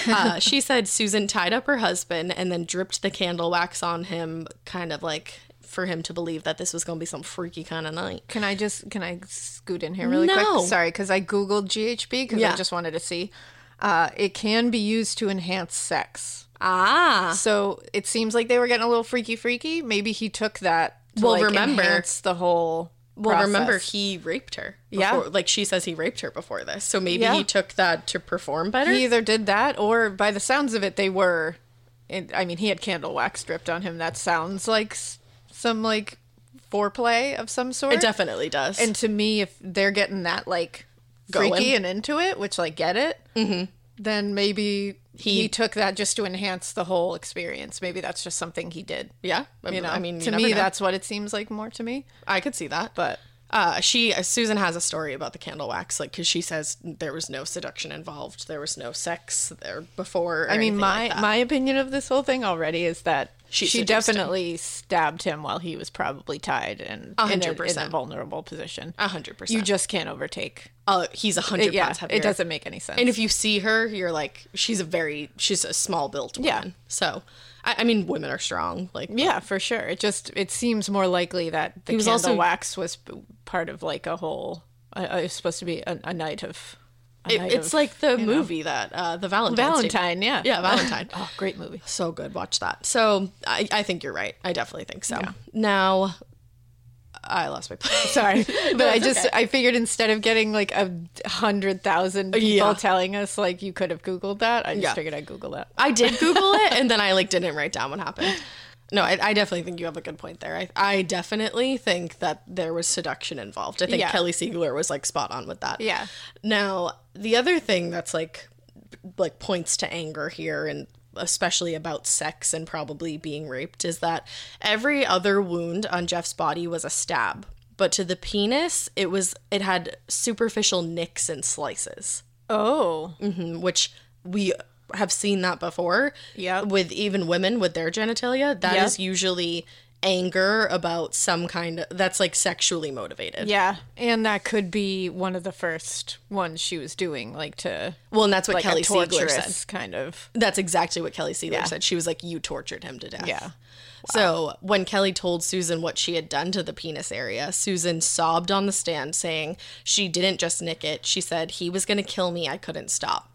B: Uh, she said Susan tied up her husband and then dripped the candle wax on him, kind of like for him to believe that this was going to be some freaky kind of night.
C: Can I just can I scoot in here really
B: No.
C: quick? Sorry, because I googled GHB because
B: Yeah.
C: I just wanted to see. Uh, it can be used to enhance sex.
B: Ah,
C: So it seems like they were getting a little freaky, freaky. Maybe he took that. To
B: Well,
C: like
B: remember-
C: enhance the whole.
B: well, remember
C: process.
B: he raped her.
C: Yeah.
B: before- like she says he raped her before this, so maybe
C: Yeah.
B: he took that to perform better.
C: he either did that or, by the sounds of it, they were. It, I mean, he had candle wax dripped on him. That sounds like s- some like foreplay of some sort.
B: it definitely does.
C: And to me, if they're getting that like
B: Going. Mm-hmm.
C: freaky and into it, which like get it, then maybe he, took that just to enhance the whole experience. Maybe that's just something he did.
B: yeah, I,
C: You know,
B: I mean, you
C: to
B: never
C: me,
B: know.
C: that's what it seems like more to me.
B: I could see that,
C: But
B: Uh, she uh, Susan has a story about the candle wax, like because she says there was no seduction involved, there was no sex there before. or
C: I mean,
B: anything
C: my
B: like that.
C: my opinion of this whole thing already is that
B: She
C: she,
B: seduced him.
C: definitely stabbed him while he was probably tied and
B: A
C: in
B: hundred
C: a, in a
B: percent.
C: vulnerable position.
B: a hundred percent.
C: You just can't overtake.
B: uh, he's a hundred
C: It, yeah,
B: pounds heavier.
C: it doesn't make any sense.
B: And if you see her, you're like, she's a very she's a small built woman.
C: Yeah.
B: So I, I mean, women are strong. Like
C: Yeah, for sure. It just it seems more likely that the
B: He was
C: candle
B: also-
C: wax was p- part of like a whole. Uh, it was supposed to be a, a night of. a
B: it-
C: night
B: it's
C: of
B: like the movie that uh, the Valentine
C: Valentine. Yeah,
B: Yeah, Valentine.
C: oh, great movie.
B: So good. Watch that. So I, I think you're right. I definitely think so. Now, I lost my place.
C: Sorry, but I just I figured instead of getting like a hundred thousand people
B: Yeah.
C: telling us like you could have googled that, I just
B: Yeah. Uh,
C: figured I'd google that.
B: I did Google it and then I like didn't write down what happened. No, I, I definitely think you have a good point there. I, I definitely think that there was seduction involved. I think
C: Yeah.
B: Kelly Siegler was like spot on with that.
C: Yeah.
B: Now the other thing that's like like points to anger here and especially about sex and probably being raped is that every other wound on Jeff's body was a stab, but to the penis it was it had superficial nicks and slices
C: Oh,
B: which we have seen that before.
C: Yeah.
B: With even women with their genitalia, that is
C: Yeah.
B: usually anger about some kind of that's like sexually motivated.
C: yeah, and that could be one of the first ones she was doing, like to
B: Well, and that's what
C: like
B: Kelly
C: Kelly a
B: Siegler
C: torturous
B: said.
C: kind of.
B: That's exactly what Kelly Sealer
C: Yeah.
B: said. She was like, You tortured him to death.
C: Yeah.
B: So when Kelly told Susan what she had done to the penis area, Susan sobbed on the stand, saying she didn't just nick it. She said, He was going to kill me. I couldn't stop.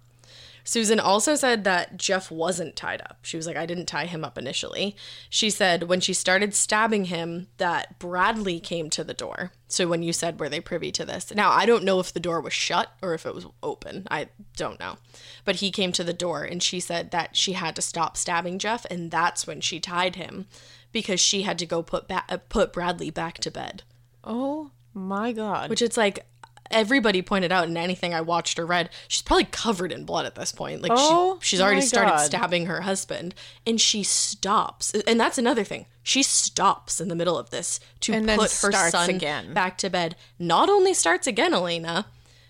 B: Susan also said that Jeff wasn't tied up. She was like, I didn't tie him up initially. She said when she started stabbing him that Bradley came to the door. So when you said, were they privy to this? Now, I don't know if the door was shut or if it was open. I don't know. But he came to the door and she said that she had to stop stabbing Jeff. And that's when she tied him because she had to go put, ba- uh, put Bradley back to bed.
C: Oh my god.
B: which it's like everybody pointed out in anything I watched or read, she's probably covered in blood at this point. Like
C: Oh
B: she, she's already
C: my
B: started
C: God.
B: stabbing her husband, and she stops. And that's another thing. She stops in the middle of this to
C: And then
B: put her
C: starts
B: son
C: again.
B: back to bed. Not only starts again, Elena,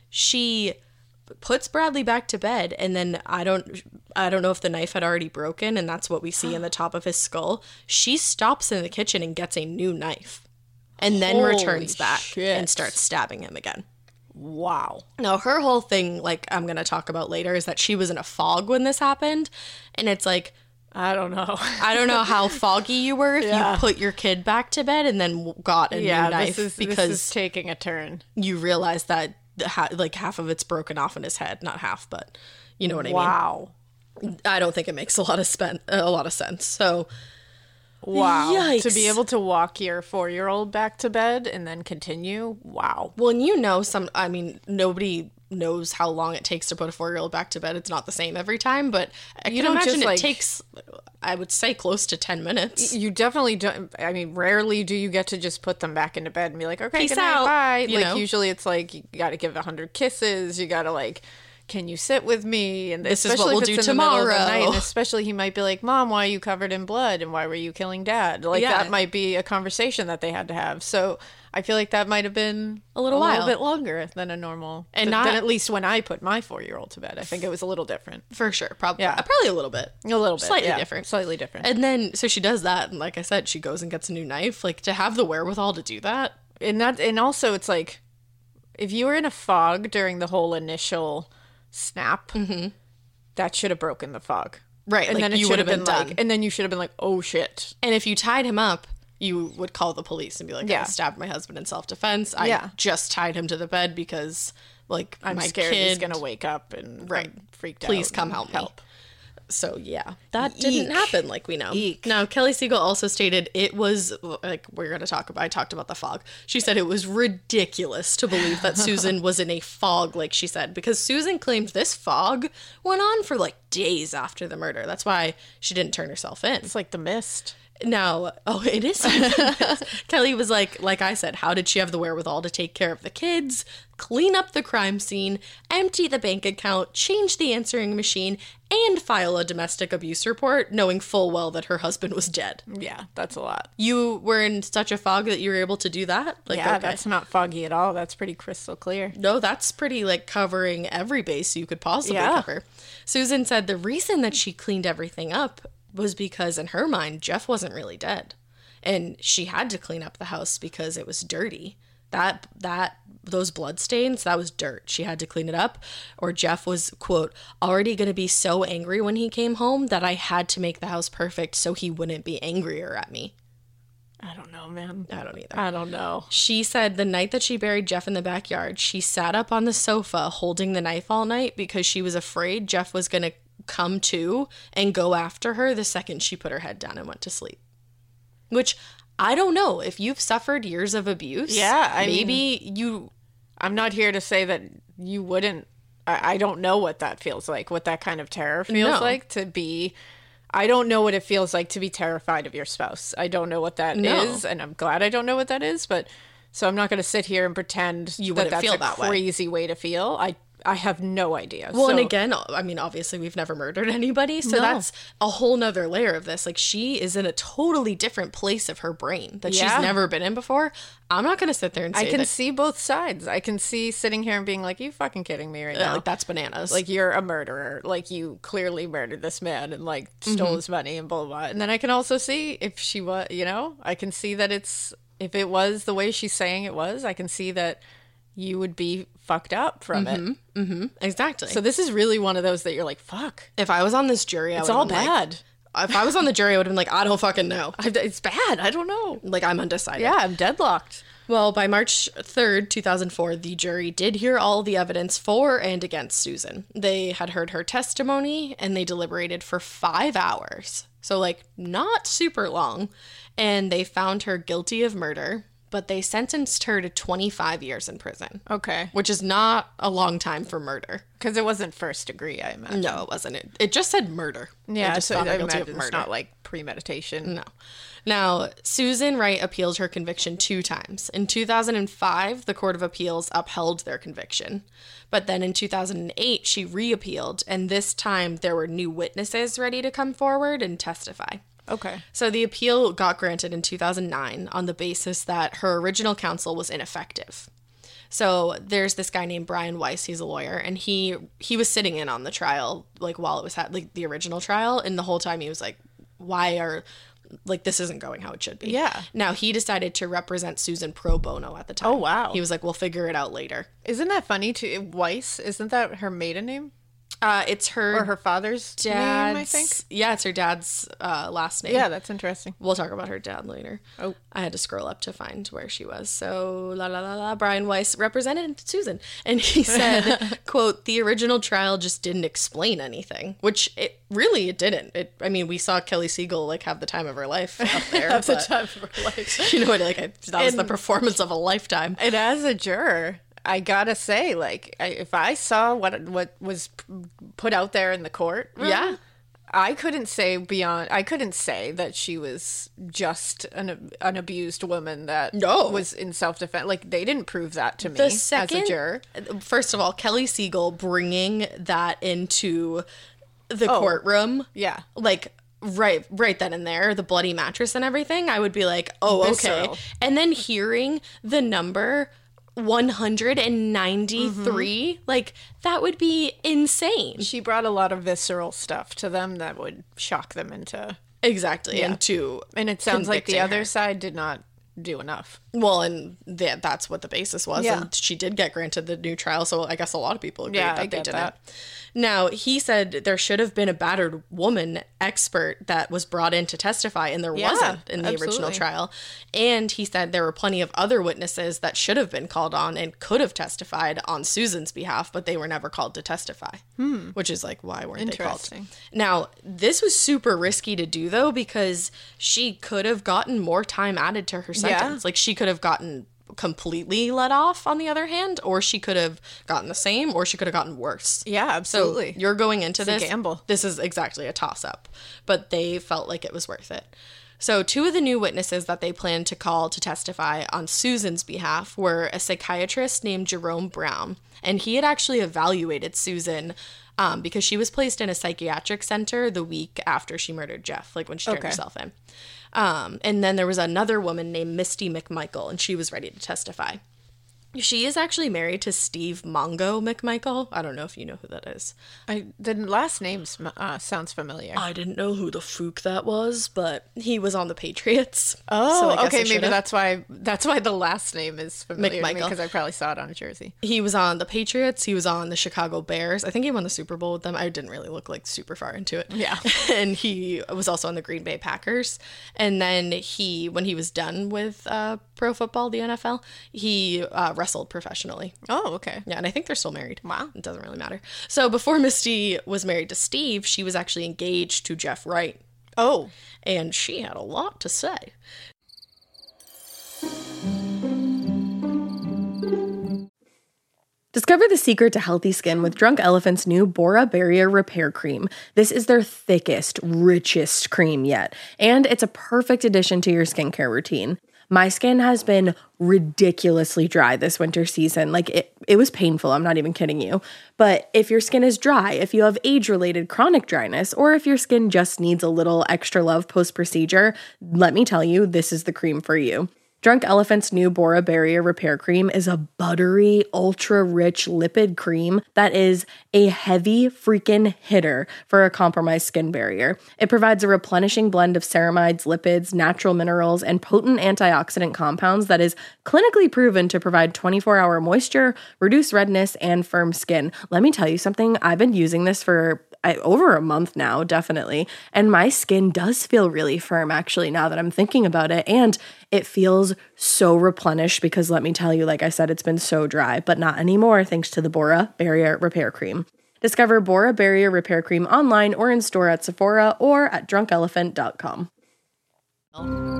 B: she puts Bradley back to bed and then I don't I don't know if the knife had already broken and that's what we see in the top of his skull. She stops in the kitchen and gets a new knife and then
C: Holy
B: returns back and
C: shit.
B: starts stabbing him again.
C: wow.
B: Now, her whole thing, like I'm going to talk about later, is that she was in a fog when this happened. And it's like,
C: I don't know.
B: I don't know how foggy you were if
C: Yeah.
B: you put your kid back to bed and then w- got a
C: yeah,
B: new knife
C: this is
B: because
C: this is taking a turn.
B: you realize that the ha- like half of it's broken off in his head. Not half, but you know what
C: Wow.
B: I mean? I don't think it makes a lot of spen- a lot of sense. So
C: Wow. To
B: Yikes.
C: be able to walk your four year old back to bed and then continue. Wow.
B: Well, and you know, some, I mean, nobody knows how long it takes to put a four year old back to bed. It's not the same every time, but I
C: You
B: can
C: don't
B: imagine
C: just,
B: it
C: like-
B: takes, I would say, close to 10 minutes.
C: You definitely don't. I mean, rarely do you get to just put them back into bed and be like, okay,
B: Peace
C: good night,
B: out,
C: bye.
B: you
C: like,
B: know?
C: usually it's like, you got to give a 100 kisses. You got to, like, can you sit with me? And
B: This is what
C: especially if
B: we'll
C: it's
B: do
C: in the middle of the
B: tomorrow.
C: night, and especially, he might be like, Mom, why are you covered in blood? And why were you killing dad? Like,
B: Yeah.
C: that might be a conversation that they had to have. So I feel like that might have been
B: A little while.
C: bit longer than a normal.
B: And
C: th-
B: not-
C: than at least when I put my four year old to bed. I think it was a little different.
B: For sure. Probably.
C: Yeah.
B: Probably a little bit.
C: A little bit.
B: Slightly
C: yeah.
B: different.
C: Slightly different.
B: And then, so she does that. And like I said, she goes and gets a new knife. Like to have the wherewithal to do that.
C: and that and also it's like if you were in a fog during the whole initial snap that should have broken the fog
B: Mm-hmm. Right,
C: and
B: like,
C: then it
B: you
C: should
B: would
C: have
B: have
C: been,
B: been
C: like
B: done.
C: and then you should have been like oh shit
B: And if you tied him up, you would call the police and be like,
C: Yeah.
B: I stabbed my husband in self defense. I
C: Yeah.
B: just tied him to the bed because, like,
C: i'm
B: my
C: scared
B: kid
C: he's gonna wake up and
B: Right.
C: I'm freaked
B: Please
C: out
B: come
C: and
B: help, me. So yeah, that didn't happen like we know. Now Kelly Siegel also stated it was like we're going to talk about. I talked about the fog. She said it was ridiculous to believe that Susan was in a fog, like she said, because Susan claimed this fog went on for like days after the murder. That's why she didn't turn herself in.
C: it's like the mist
B: Now, oh, it is. Kelly was like, like I said, how did she have the wherewithal to take care of the kids, clean up the crime scene, empty the bank account, change the answering machine, and file a domestic abuse report, knowing full well that her husband was dead?
C: yeah that's a lot
B: You were in such a fog that you were able to do that. Like,
C: yeah
B: okay.
C: that's not foggy at all that's pretty crystal clear
B: No, that's pretty like covering every base you could possibly
C: Yeah.
B: cover. Susan said the reason that she cleaned everything up was because, in her mind, Jeff wasn't really dead, and she had to clean up the house because it was dirty. That that those blood stains that was dirt. She had to clean it up, or Jeff was quote already going to be so angry when he came home that I had to make the house perfect so he wouldn't be angrier at me.
C: i don't know man
B: I don't either.
C: i don't know
B: She said the night that she buried Jeff in the backyard, she sat up on the sofa holding the knife all night because she was afraid Jeff was going to come to and go after her the second she put her head down and went to sleep. Which I don't know if you've suffered years of abuse.
C: Yeah, I
B: maybe you
C: i'm not here to say that you wouldn't I, I don't know what that feels like what that kind of terror feels
B: No.
C: like to be i don't know what it feels like to be terrified of your spouse i don't know what that is,
B: No.
C: and i'm glad i don't know what that is but so i'm not going to sit here and pretend
B: You
C: that
B: wouldn't
C: that's
B: feel
C: a
B: that way.
C: crazy way. to feel i i have no idea
B: Well, and
C: So-
B: again, I mean, obviously, we've never murdered anybody. So
C: No.
B: that's a whole nother layer of this. Like, she is in a totally different place of her brain that
C: Yeah.
B: she's never been in before. I'm not going to sit there and say
C: i can
B: that-
C: see both sides i can see sitting here and being like you fucking kidding me right
B: Yeah,
C: now
B: like that's bananas.
C: like you're a murderer like you clearly murdered this man and like stole
B: Mm-hmm.
C: his money and blah, blah blah and then i can also see if she was you know i can see that it's if it was the way she's saying it was i can see that you would be fucked up from
B: Mm-hmm.
C: it
B: exactly.
C: so this is really one of those that you're like fuck
B: if I was on this jury, I
C: it's
B: would've
C: all
B: been like-
C: bad
B: if I was on the jury, I would have been like, I don't fucking know.
C: I, it's bad i don't know
B: Like I'm undecided.
C: yeah i'm deadlocked
B: Well, by March 3rd, 2004, the jury did hear all the evidence for and against Susan. They had heard her testimony and they deliberated for five hours. So, like, not super long. And they found her guilty of murder but they sentenced her to 25 years in prison,
C: Okay.
B: which is not a long time for murder.
C: Because it wasn't first degree, I imagine.
B: No, it wasn't. It, it just said murder.
C: Yeah,
B: it just
C: so
B: found
C: I
B: her guilty
C: imagine
B: of
C: it's not like premeditation.
B: No. Now, Susan Wright appealed her conviction two times. In 2005, the Court of Appeals upheld their conviction. But then in 2008, she reappealed, and this time there were new witnesses ready to come forward and testify.
C: Okay.
B: So the appeal got granted in 2009 on the basis that her original counsel was ineffective. So there's this guy named Brian Weiss, he's a lawyer, and he he was sitting in on the trial like while it was ha- like the original trial and the whole time he was like why are like this isn't going how it should be.
C: Yeah.
B: Now he decided to represent Susan pro bono at the time.
C: Oh, wow.
B: He was like we'll figure it out later.
C: Isn't that funny too? Weiss, isn't that her maiden name?
B: Uh it's her
C: Or her father's
B: dad's
C: name, I think?
B: Yeah, it's her dad's uh last name.
C: Yeah, that's interesting.
B: We'll talk about her dad later.
C: Oh.
B: I had to scroll up to find where she was. So la la la la. Brian Weiss represented Susan, and he said, "quote The original trial just didn't explain anything, which it really it didn't. It, I mean, we saw Kelly Siegel like have the time of her life up there.
C: That's the
B: but,
C: time of her life.
B: You know what? Like I, that was the performance of a lifetime.
C: And as a juror, I gotta say, like, I, if I saw what what was p- put out there in the court,
B: Yeah.
C: I couldn't say beyond. I couldn't say that she was just an an abused woman that
B: No.
C: was in self defense. Like they didn't prove that to me
B: The second,
C: as a juror.
B: first of all, Kelly Siegel bringing that into the courtroom.
C: Oh. Yeah.
B: like right right then and there the bloody mattress and everything i would be like oh
C: Visceral.
B: okay and then hearing the number 193 like that would be insane
C: She brought a lot of visceral stuff to them that would shock them into.
B: exactly and two
C: And it sounds like the
B: Convicting
C: other
B: her.
C: side did not do enough.
B: well and that that's what the basis was
C: Yeah.
B: and she did get granted the new trial so i guess a lot of people agree
C: Yeah,
B: that
C: I
B: they
C: get
B: didn't
C: that.
B: now he said there should have been a battered woman expert that was brought in to testify and there
C: Yeah,
B: wasn't in the original
C: absolutely.
B: trial and he said there were plenty of other witnesses that should have been called on and could have testified on susan's behalf but they were never called to testify which is like why weren't they called
C: Hmm. Interesting.
B: now, this was super risky to do though because she could have gotten more time added to her sentence. Like she could have gotten completely let off on the other hand or she could have gotten the same or she could have gotten worse.
C: Yeah, absolutely.
B: So you're going into
C: a
B: this
C: gamble.
B: This is exactly a toss up, but they felt like it was worth it. So, two of the new witnesses that they planned to call to testify on Susan's behalf were a psychiatrist named Jerome Brown, and he had actually evaluated Susan um, because she was placed in a psychiatric center the week after she murdered Jeff, like when she turned herself in. Um, and then there was another woman named Misty McMichael, and she was ready to testify. She is actually married to Steve Mongo McMichael. I don't know if you know who that is.
C: I the last name uh, sounds familiar.
B: I didn't know who the fook that was, but he was on the Patriots. So I
C: Oh,
B: guess I
C: okay. Maybe
B: should've.
C: that's why that's why the last name is familiar to me
B: McMichael.
C: because I probably saw it on a jersey.
B: he was on the Patriots. He was on the Chicago Bears. I think he won the Super Bowl with them. I didn't really look like super far into it.
C: Yeah.
B: and he was also on the Green Bay Packers. And then he, when he was done with uh, pro football, the NFL, he uh, wrestled professionally.
C: Oh, okay.
B: Yeah, and I think they're still married.
C: Wow.
B: It doesn't really matter. So before Misty was married to Steve, she was actually engaged to Jeff Wright,
C: Oh,
B: and she had a lot to say.
A: Discover the secret to healthy skin with Drunk Elephant's new Bora Barrier Repair Cream. This is their thickest, richest cream yet, and it's a perfect addition to your skincare routine. My skin has been ridiculously dry this winter season. Like it, it was painful. I'm not even kidding you. But if your skin is dry, if you have age related chronic dryness, or if your skin just needs a little extra love post procedure, let me tell you, this is the cream for you. Drunk Elephant's new Bora Barrier Repair Cream is a buttery, ultra rich lipid cream that is a heavy freaking hitter for a compromised skin barrier. It provides a replenishing blend of ceramides, lipids, natural minerals, and potent antioxidant compounds that is clinically proven to provide 24 hour moisture, reduce redness, and firm skin. Let me tell you something, I've been using this for I, over a month now, definitely. And my skin does feel really firm, actually, now that I'm thinking about it. And it feels so replenished because let me tell you, like I said, it's been so dry, but not anymore thanks to the Bora Barrier Repair Cream. Discover Bora Barrier Repair Cream online or in store at Sephora or at drunkelephant.com.
C: Oh.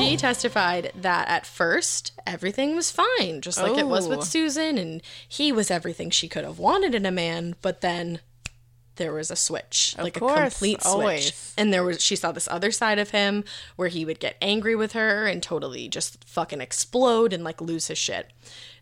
B: She testified that at first everything was fine, just like it was
C: Oh.
B: with Susan, and he was everything she could have wanted in a man, but then there was a switch, like
C: course,
B: a complete switch.
C: always.
B: And there was she saw this other side of him where he would get angry with her and totally just fucking explode and like lose his shit.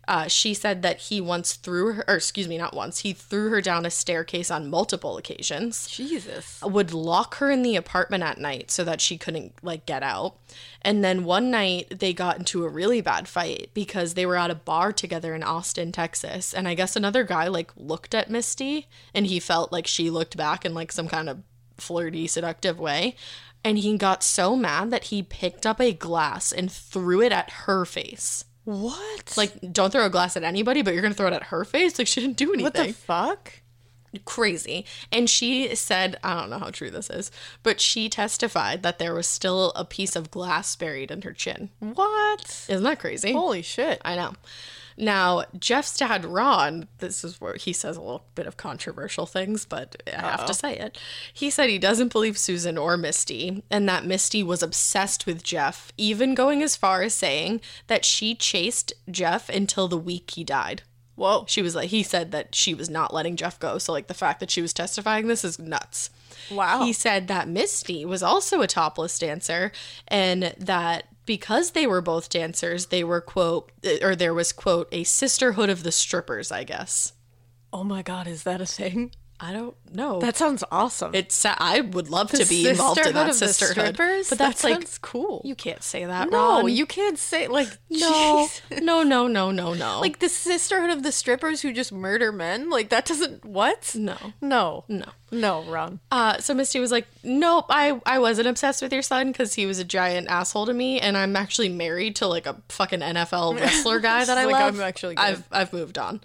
B: Uh, she said that he once threw her, or excuse me, not once, he threw her down a staircase on multiple occasions
C: Jesus.
B: would lock her in the apartment at night so that she couldn't like get out. And then one night they got into a really bad fight because they were at a bar together in Austin, Texas, and I guess another guy like looked at Misty and he felt like she looked back in like some kind of flirty seductive way. And he got so mad that he picked up a glass and threw it at her face.
C: What?
B: Like, don't throw a glass at anybody, but you're gonna throw it at her face? Like, she didn't do anything
C: what the fuck?
B: crazy. And she said, I don't know how true this is, but she testified that there was still a piece of glass buried in her chin.
C: What?
B: Isn't that crazy?
C: Holy shit.
B: I know. Now, Jeff's dad, Ron, this is where he says a little bit of controversial things, but I have to say it. He said he doesn't believe Susan or Misty, and that Misty was obsessed with Jeff, even going as far as saying that she chased Jeff until the week he died. Whoa. She was like, he said that she was not letting Jeff go. So, like, the fact that she was testifying this is nuts.
C: Wow.
B: He said that Misty was also a topless dancer and that because they were both dancers, they were, quote, eh, or there was, quote, a sisterhood of the strippers, I guess.
C: oh my god, is that a thing?
B: I don't know.
C: That sounds awesome.
B: it's, I would love to be involved in that sisterhood.
C: but
B: But that's
C: that
B: like,
C: sounds cool.
B: you can't say that,
C: no,
B: Ron.
C: you can't say like
B: no,
C: jeez.
B: no, no, no, no, no.
C: like the sisterhood of the strippers who just murder men. Like that doesn't what?
B: no,
C: No.
B: no.
C: No, wrong.
B: Uh, so Misty was like, "Nope, I I wasn't obsessed with your son because he was a giant asshole to me, and I'm actually married to like a fucking NFL wrestler guy that I
C: She's like,
B: love.
C: "I'm actually good."
B: I've I've moved on."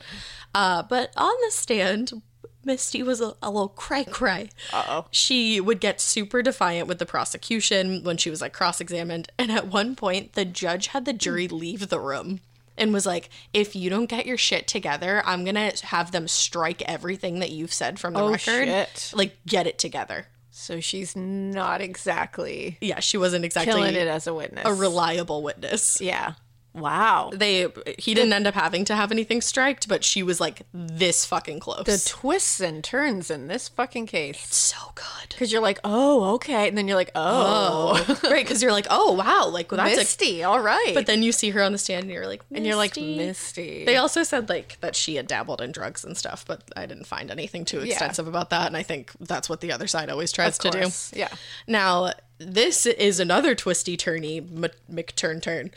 B: Uh, but on the stand, Misty was a, a little cry cry. Uh oh. She would get super defiant with the prosecution when she was like cross examined, and at one point, the judge had the jury leave the room. And was like, if you don't get your shit together, I'm gonna have them strike everything that you've said from the
C: Oh,
B: record
C: shit.
B: like get it together.
C: So she's not exactly
B: Yeah, she wasn't exactly
C: killing it as a witness.
B: a reliable witness.
C: yeah. Wow.
B: They he didn't end up having to have anything striked, but she was like this fucking close.
C: The twists and turns in this fucking case.
B: so good.
C: Because you're like, oh, okay. And then you're like, oh,
B: right, because you're like, oh wow, like well, that's a,
C: Misty, all right.
B: but then you see her on the stand and you're like
C: and you're like,
B: "Misty."
C: Misty.
B: They also said like that she had dabbled in drugs and stuff, but I didn't find anything too extensive about that. And I think that's what the other side always tries to do.
C: course, yeah.
B: Now this is another twisty turny M- McTurn turn.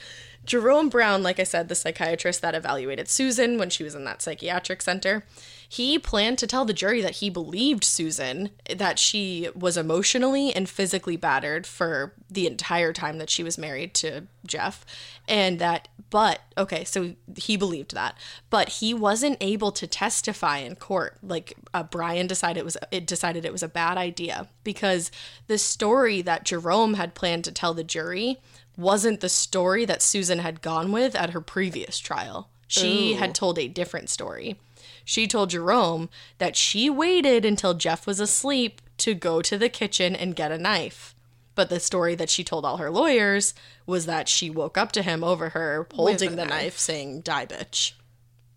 B: Jerome Brown, like I said, the psychiatrist that evaluated Susan when she was in that psychiatric center, he planned to tell the jury that he believed Susan that she was emotionally and physically battered for the entire time that she was married to Jeff and that but okay so he believed that but he wasn't able to testify in court like uh, Brian decided it was it decided it was a bad idea because the story that Jerome had planned to tell the jury wasn't the story that Susan had gone with at her previous trial she had told a different story she told Jerome that she waited until Jeff was asleep to go to the kitchen and get a knife but the story that she told all her lawyers was that she woke up to him over her holding the knife. saying, Die, bitch.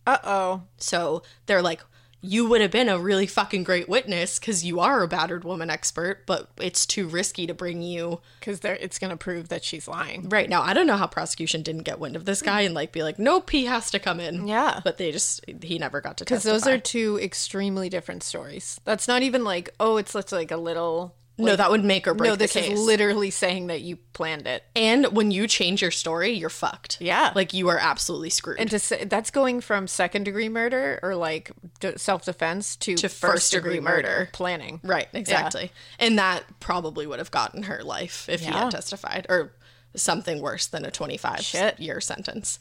C: Uh oh.
B: So they're like, You would have been a really fucking great witness because you are a battered woman expert, but it's too risky to bring you.
C: Because it's going to prove that she's lying.
B: Right now, I don't know how prosecution didn't get wind of this guy and like be like, Nope, he has to come in.
C: Yeah.
B: But they just, he never got to
C: Because
B: testify.
C: those are two extremely different stories. That's not even like, oh, it's such like a little.
B: no, that would make or break
C: no, this
B: the case.
C: is literally saying that you planned it.
B: and when you change your story, you're fucked.
C: Yeah.
B: Like you are absolutely screwed.
C: And to say that's going from second degree murder or like d- self defense to,
B: To first degree murder.
C: planning.
B: Right, exactly. And that probably would have gotten her life if he
C: Yeah.
B: had testified or something worse than a 25
C: Shit.
B: year sentence.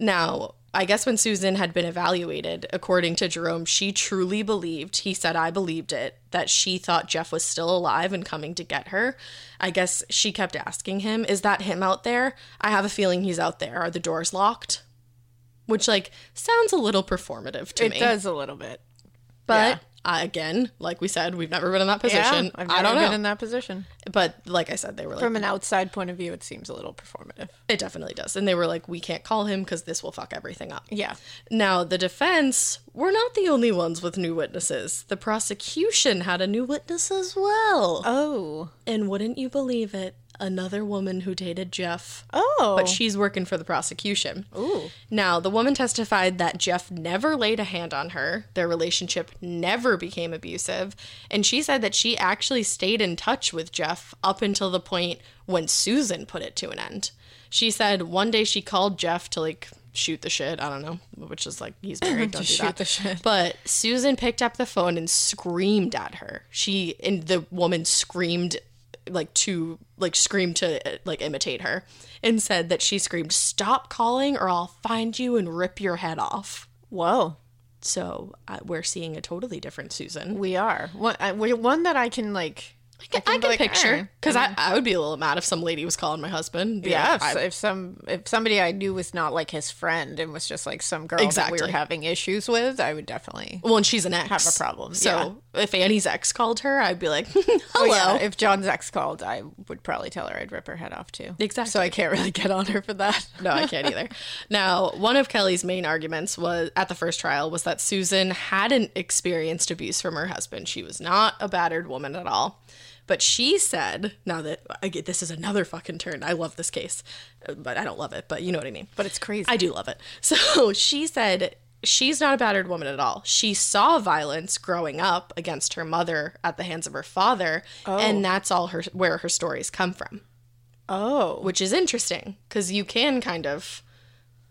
B: Now, I guess when Susan had been evaluated, according to Jerome, she truly believed, he said, I believed it, that she thought Jeff was still alive and coming to get her. I guess she kept asking him, Is that him out there? I have a feeling he's out there. Are the doors locked? Which, like, sounds a little performative to
C: It
B: me.
C: does a little bit.
B: But I, again, like we said, we've never been in that position.
C: Yeah, I've never
B: I don't
C: been
B: know.
C: in that position.
B: but like I said, they were like,
C: From an outside point of view, it seems a little performative.
B: it definitely does. And they were like, we can't call him because this will fuck everything up.
C: Yeah.
B: Now, the defense were not the only ones with new witnesses. The prosecution had a new witness as well.
C: Oh.
B: and wouldn't you believe it? Another woman who dated Jeff.
C: Oh.
B: But she's working for the prosecution. Ooh. Now, the woman testified that Jeff never laid a hand on her. Their relationship never became abusive. And she said that she actually stayed in touch with Jeff up until the point when Susan put it to an end. She said one day she called Jeff to like shoot the shit. I don't know, which is like he's married. Don't do
C: shoot
B: that.
C: the shit.
B: But Susan picked up the phone and screamed at her. She and the woman screamed like to like screamed to uh, like imitate her and said that she screamed, "Stop calling or I'll find you and rip your head off."
C: Whoa.
B: So uh, we're seeing a totally different Susan.
C: We are. One, I, we- one that I can, like. I
B: I can,
C: be like,
B: picture
C: "Eh."
B: because I, I would be a little mad if some lady was calling my husband.
C: Yeah, if,
B: I-
C: if some if somebody I knew was not like his friend and was just like some girl that we
B: Exactly.
C: were having issues with, I would definitely.
B: well, and she's an ex.
C: a problem, Oh,
B: So if Annie's ex called her, I'd be like, "Hello."
C: Yeah, if John's ex called, I would probably tell her I'd rip her head off too.
B: Exactly.
C: So I can't really get on her for that.
B: no, I can't either. Now, one of Kelly's main arguments was at the first trial was that Susan hadn't experienced abuse from her husband. She was not a battered woman at all. But she said, now that I get this is another fucking turn. I love this case, but I don't love it, but you know what I mean.
C: But it's crazy.
B: I do love it. So she said she's not a battered woman at all. She saw violence growing up against her mother at the hands of her father, and that's all her where her stories come from
C: oh.
B: which is interesting because you can kind of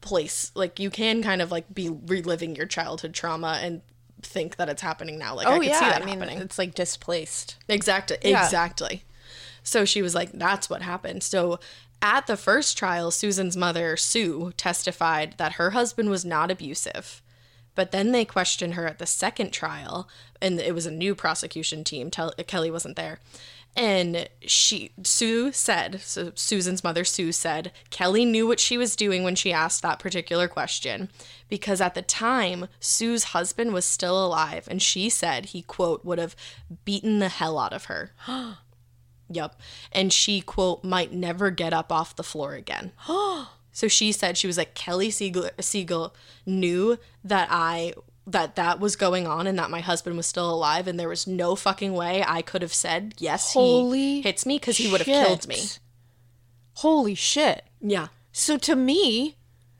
B: place like you can kind of like be reliving your childhood trauma and think that it's happening now like i
C: Oh,
B: could
C: yeah.
B: see that
C: I mean,
B: happening
C: it's like displaced.
B: Exactly.
C: Yeah.
B: Exactly. So she was like, that's what happened. So at the first trial, Susan's mother, Sue, testified that her husband was not abusive. But then they questioned her at the second trial, and it was a new prosecution team. Tel- Kelly wasn't there. And she, Sue said, so Susan's mother, Sue said, Kelly knew what she was doing when she asked that particular question because at the time, Sue's husband was still alive, and she said he, quote, would have beaten the hell out of her. yep. And she, quote, might never get up off the floor again. so she said, she was like, Kelly Siegel, Siegel knew that I. That that was going on, and that my husband was still alive, and there was no fucking way I could have said yes. he
C: Holy
B: hits me because he would have killed me.
C: Shit. Holy shit.
B: Yeah,
C: So to me,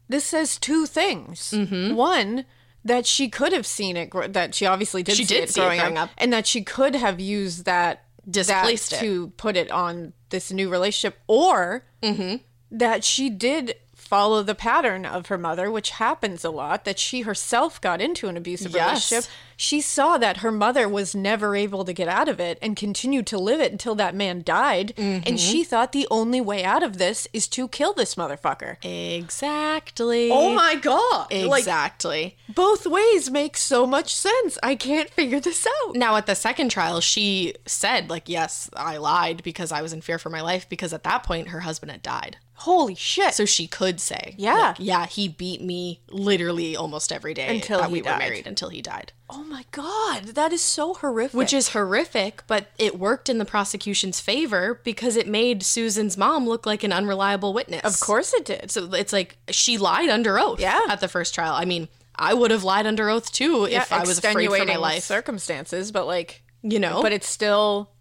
C: this says two things.
B: Mm-hmm.
C: One, that she could have seen it, gr- that she obviously did
B: She
C: see,
B: did
C: it,
B: see it
C: growing
B: growing
C: up,
B: up.
C: and that she could have used that
B: Displaced
C: that
B: it.
C: to put it on this new relationship, or that she did follow the pattern of her mother, which happens a lot, that she herself got into an abusive
B: Yes.
C: relationship. She saw that her mother was never able to get out of it and continued to live it until that man died.
B: Mm-hmm.
C: And she thought the only way out of this is to kill this motherfucker.
B: exactly.
C: Oh my God. Like,
B: Exactly.
C: both ways make so much sense. I can't figure this out.
B: now at the second trial she said like yes i lied because i was in fear for my life because at that point her husband had died
C: Holy shit.
B: so she could say
C: Yeah.
B: like, yeah he beat me literally almost every day
C: Until
B: that
C: he
B: we were
C: died.
B: married until he died
C: oh my God. That is so horrific.
B: which is horrific but it worked in the prosecution's favor because it made susan's mom look like an unreliable witness
C: Of course it did.
B: so it's like she lied under oath
C: Yeah.
B: at the first trial i mean i would have lied under oath too if i was afraid for my
C: extenuating
B: life
C: circumstances, but like
B: you know
C: but it's still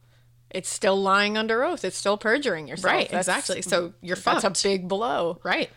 C: it's still lying under oath. It's still perjuring yourself.
B: right
C: That's-
B: exactly so you're fucked
C: That's a big blow.
B: Right.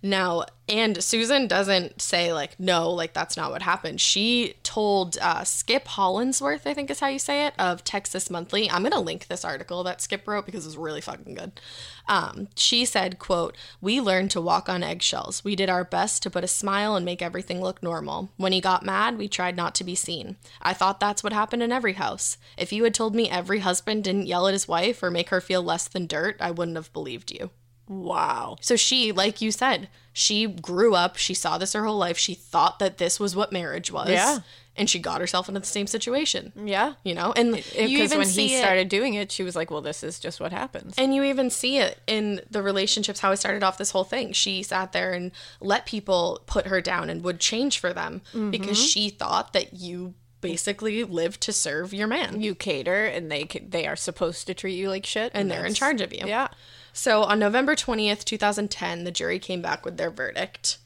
B: Now, and Susan doesn't say, like, no, like, that's not what happened. She told uh, Skip Hollinsworth, I think is how you say it, of Texas Monthly. I'm going to link this article that Skip wrote because it's really fucking good. Um, she said, quote, We learned to walk on eggshells. We did our best to put a smile and make everything look normal. When he got mad, we tried not to be seen. I thought that's what happened in every house. If you had told me every husband didn't yell at his wife or make her feel less than dirt, I wouldn't have believed you.
C: Wow.
B: So she, like you said, she grew up, she saw this her whole life, she thought that this was what marriage was.
C: Yeah.
B: And she got herself into the same situation.
C: Yeah.
B: You know? And you
C: Because
B: even
C: when
B: see
C: he
B: it-
C: started doing it, she was like, "Well, this is just what happens."
B: and you even see it in the relationships, how I started off this whole thing. She sat there
C: Mm-hmm.
B: and let people put her down and would change for them because she thought that you basically live to serve your man.
C: You cater, and they ca- they are supposed to treat you like shit,
B: and they're in
C: that's-
B: charge of you.
C: Yeah.
B: So on November 20th, 2010, the jury came back with their verdict.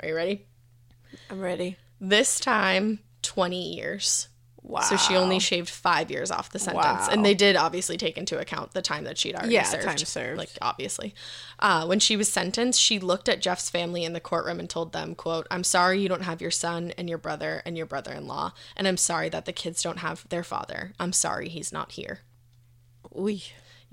B: Are you ready?
C: I'm ready.
B: This time, 20 years.
C: Wow.
B: So she only shaved five years off the sentence. And they did obviously take into account the time that she'd already
C: Yeah,
B: served.
C: time served.
B: Like, obviously. Uh, when she was sentenced, she looked at Jeff's family in the courtroom and told them, quote, I'm sorry you don't have your son and your brother and your brother-in-law. And I'm sorry that the kids don't have their father. I'm sorry he's not here.
C: We.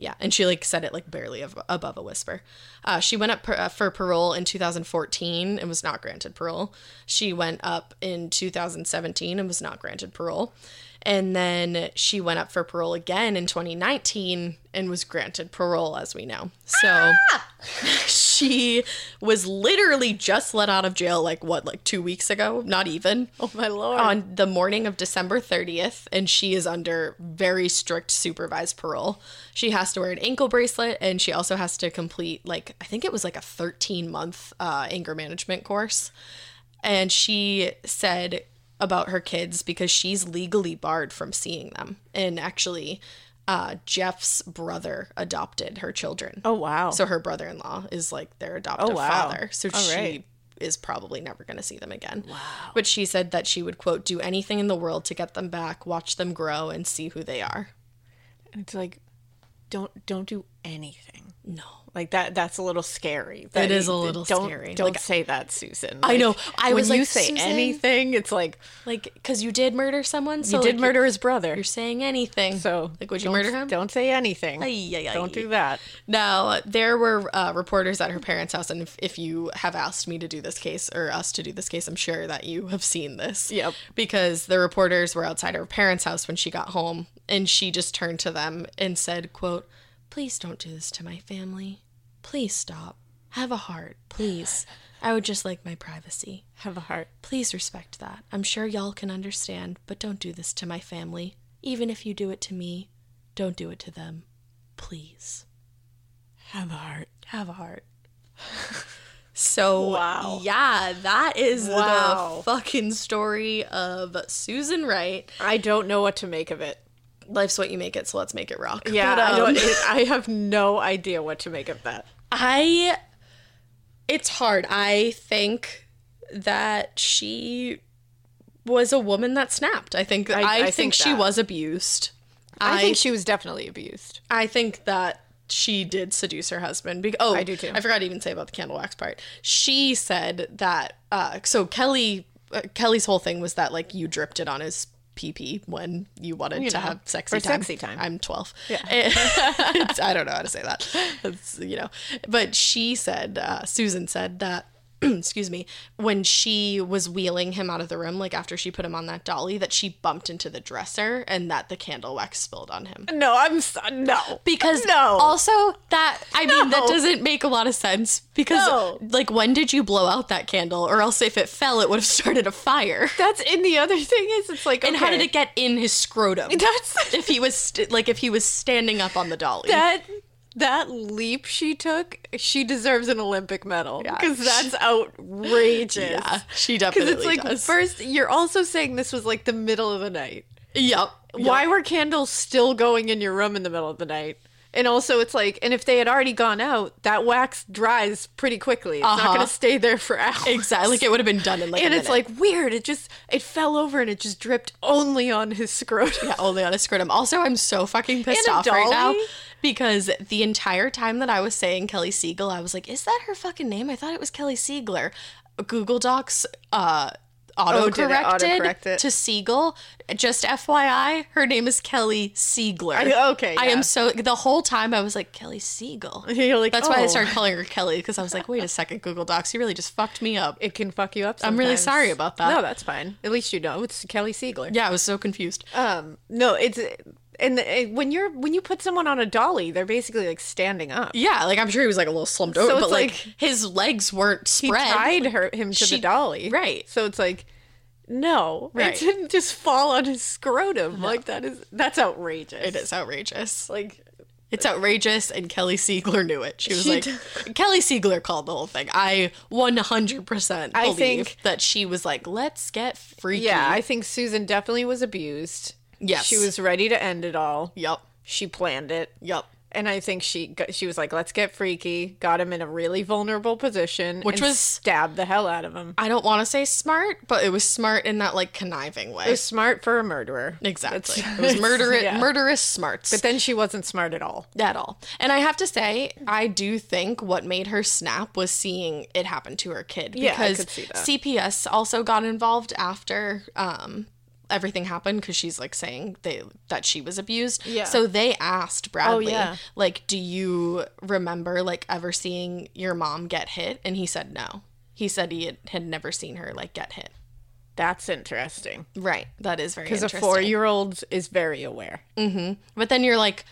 B: Yeah, and she like said it like barely ab- above a whisper. Uh, she went up per- uh, for parole in 2014 and was not granted parole. She went up in 2017 and was not granted parole. And then she went up for parole again in 2019 and was granted parole, as we know. So she was literally just let out of jail, like what, like two weeks ago? Not even. Oh my lord. On the morning of December 30th, and she is under very strict supervised parole. She has to wear an ankle bracelet, and she also has to complete, like, I think it was like a 13 month uh, anger management course. And she said about her kids because she's legally barred from seeing them. And actually, uh, Jeff's brother adopted her children.
C: Oh wow.
B: So her brother in law is like their adoptive
C: wow.
B: father. So
C: All
B: she
C: right.
B: is probably never going to see them again. Wow. But she said that she would, quote, do anything in the world to get them back, watch them grow, and see who they are.
C: And it's like, don't don't do anything.
B: No.
C: Like that. That's a little scary.
B: That
C: That
B: is a
C: you-
B: little
C: don't,
B: scary.
C: Don't
B: Like-
C: say that, Susan.
B: I know. I
C: when
B: was
C: you
B: like,
C: say
B: "Susan?"
C: anything, it's like
B: Like, because you did murder someone. So
C: you did
B: like,
C: murder
B: You're,
C: his brother.
B: you're saying anything.
C: So
B: like, would you
C: don't-
B: murder him?
C: Don't say anything.
B: Ay, ay, ay.
C: Don't do that.
B: Now, there were uh, reporters at her parents' house, and if, if you have asked me to do this case or us to do this case, I'm sure that you have seen this.
C: Yep.
B: Because the reporters were outside her parents' house when she got home, and she just turned to them and said, "Quote, please don't do this to my family. Please stop. Have a heart, please. I would just like my privacy.
C: Have a heart.
B: Please respect that. I'm sure y'all can understand, but don't do this to my family. Even if you do it to me, don't do it to them. Please."
C: Have a heart.
B: have a heart. so yeah, that is
C: Wow.
B: the fucking story of Susan Wright.
C: I don't know what to make of it.
B: Life's what you make it, so let's make it rock.
C: Yeah,
B: But,
C: I,
B: um,
C: don't, I have no idea what to make of that.
B: I it's hard. I think that she was a woman that snapped. I think I,
C: I
B: think,
C: think
B: she
C: that.
B: was abused.
C: I, think she was definitely abused.
B: I think that she did seduce her husband. Be- oh, I
C: do too.
B: I forgot to even say about the candle wax part. She said that. Uh, so Kelly, uh, Kelly's whole thing was that like you dripped it on his pee when you wanted to have sexy
C: for
B: time.
C: sexy time.
B: I'm 12. Yeah. it's, I don't know how to say that. It's, you know, but she said, uh, Susan said that. excuse me when she was wheeling him out of the room like after she put him on that dolly that she bumped into the dresser and that the candle wax spilled on him
C: No, I'm so, no.
B: because
C: No.
B: also that I mean that doesn't make a lot of sense because
C: No.
B: like when did you blow out that candle or else if it fell it would have started a fire.
C: That's and the other thing is it's like
B: And how did it get in his scrotum?
C: That's-
B: if he was st- like if he was standing up on the dolly.
C: that that leap she took? She deserves an Olympic medal because that's outrageous.
B: yeah, she
C: Because
B: definitely
C: it's like
B: does.
C: first you're also saying this was like the middle of the night.
B: yep.
C: Why were candles still going in your room in the middle of the night? And also, it's like, and if they had already gone out, that wax dries pretty quickly. It's not
B: Uh-huh.
C: going to stay there for hours.
B: exactly? Like it would have been done in like a
C: and it's
B: minute.
C: like weird. It just it fell over and it just dripped only on his scrotum.
B: Yeah, only on a scrotum. Also, I'm so fucking pissed
C: And a
B: off right now
C: dolly?
B: because the entire time that I was saying Kelly Siegel, I was like, is that her fucking name? I thought it was Kelly Siegler. Google Docs uh, auto
C: Oh, did it autocorrect
B: corrected
C: it?
B: to Siegel. Just FYI, her name is Kelly Siegler.
C: I- okay,
B: I
C: yeah.
B: am so, the whole time I was like, Kelly Siegel.
C: You're like,
B: That's why I
C: "Oh."
B: started calling her Kelly because I was like, wait a second, Google Docs, you really just fucked me up.
C: It can fuck you up.
B: I'm really
C: sometimes.
B: sorry about that.
C: No, that's fine. At least you know it's Kelly Siegler.
B: yeah, I was so confused.
C: Um. No, it's and the, when you're when you put someone on a dolly, they're basically like standing up.
B: Yeah, like I'm sure he was like a little slumped over,
C: it's
B: but like,
C: like-
B: his legs weren't spread.
C: He tied her him to
B: She-
C: the dolly.
B: right.
C: So it's like no,
B: Right.
C: it didn't just fall on his scrotum. Like that is that's outrageous.
B: It is outrageous.
C: like
B: It's outrageous, and Kelly Siegler knew it. She was like, Kelly Siegler called the whole thing. I 100% believe
C: I think-
B: that she was like, let's get freaky.
C: Yeah, I think Susan definitely was abused.
B: Yes.
C: She was ready to end it all.
B: Yup.
C: She planned it.
B: Yup.
C: And I think she got, she was like, "Let's get freaky." Got him in a really vulnerable position,
B: Which
C: and
B: was-
C: stabbed the hell out of him.
B: I don't want to say smart, but it was smart in that like conniving way.
C: It was smart for a murderer,
B: exactly.
C: It's-
B: It was murder-
C: yeah.
B: murderous smarts.
C: but then she wasn't smart at all.
B: at all. And I have to say, I do think what made her snap was seeing it happen to her kid
C: Yeah, I
B: because
C: could see that.
B: CPS also got involved after um everything happened because she's like saying they that she was abused.
C: Yeah. Oh,
B: So they asked Bradley,
C: yeah.
B: like, do you remember like ever seeing your mom get hit? And he said no. He said he had, had never seen her like get hit.
C: That's interesting
B: Right. That is very
C: because a
B: interesting.
C: four-year-old is very aware.
B: but then you're like,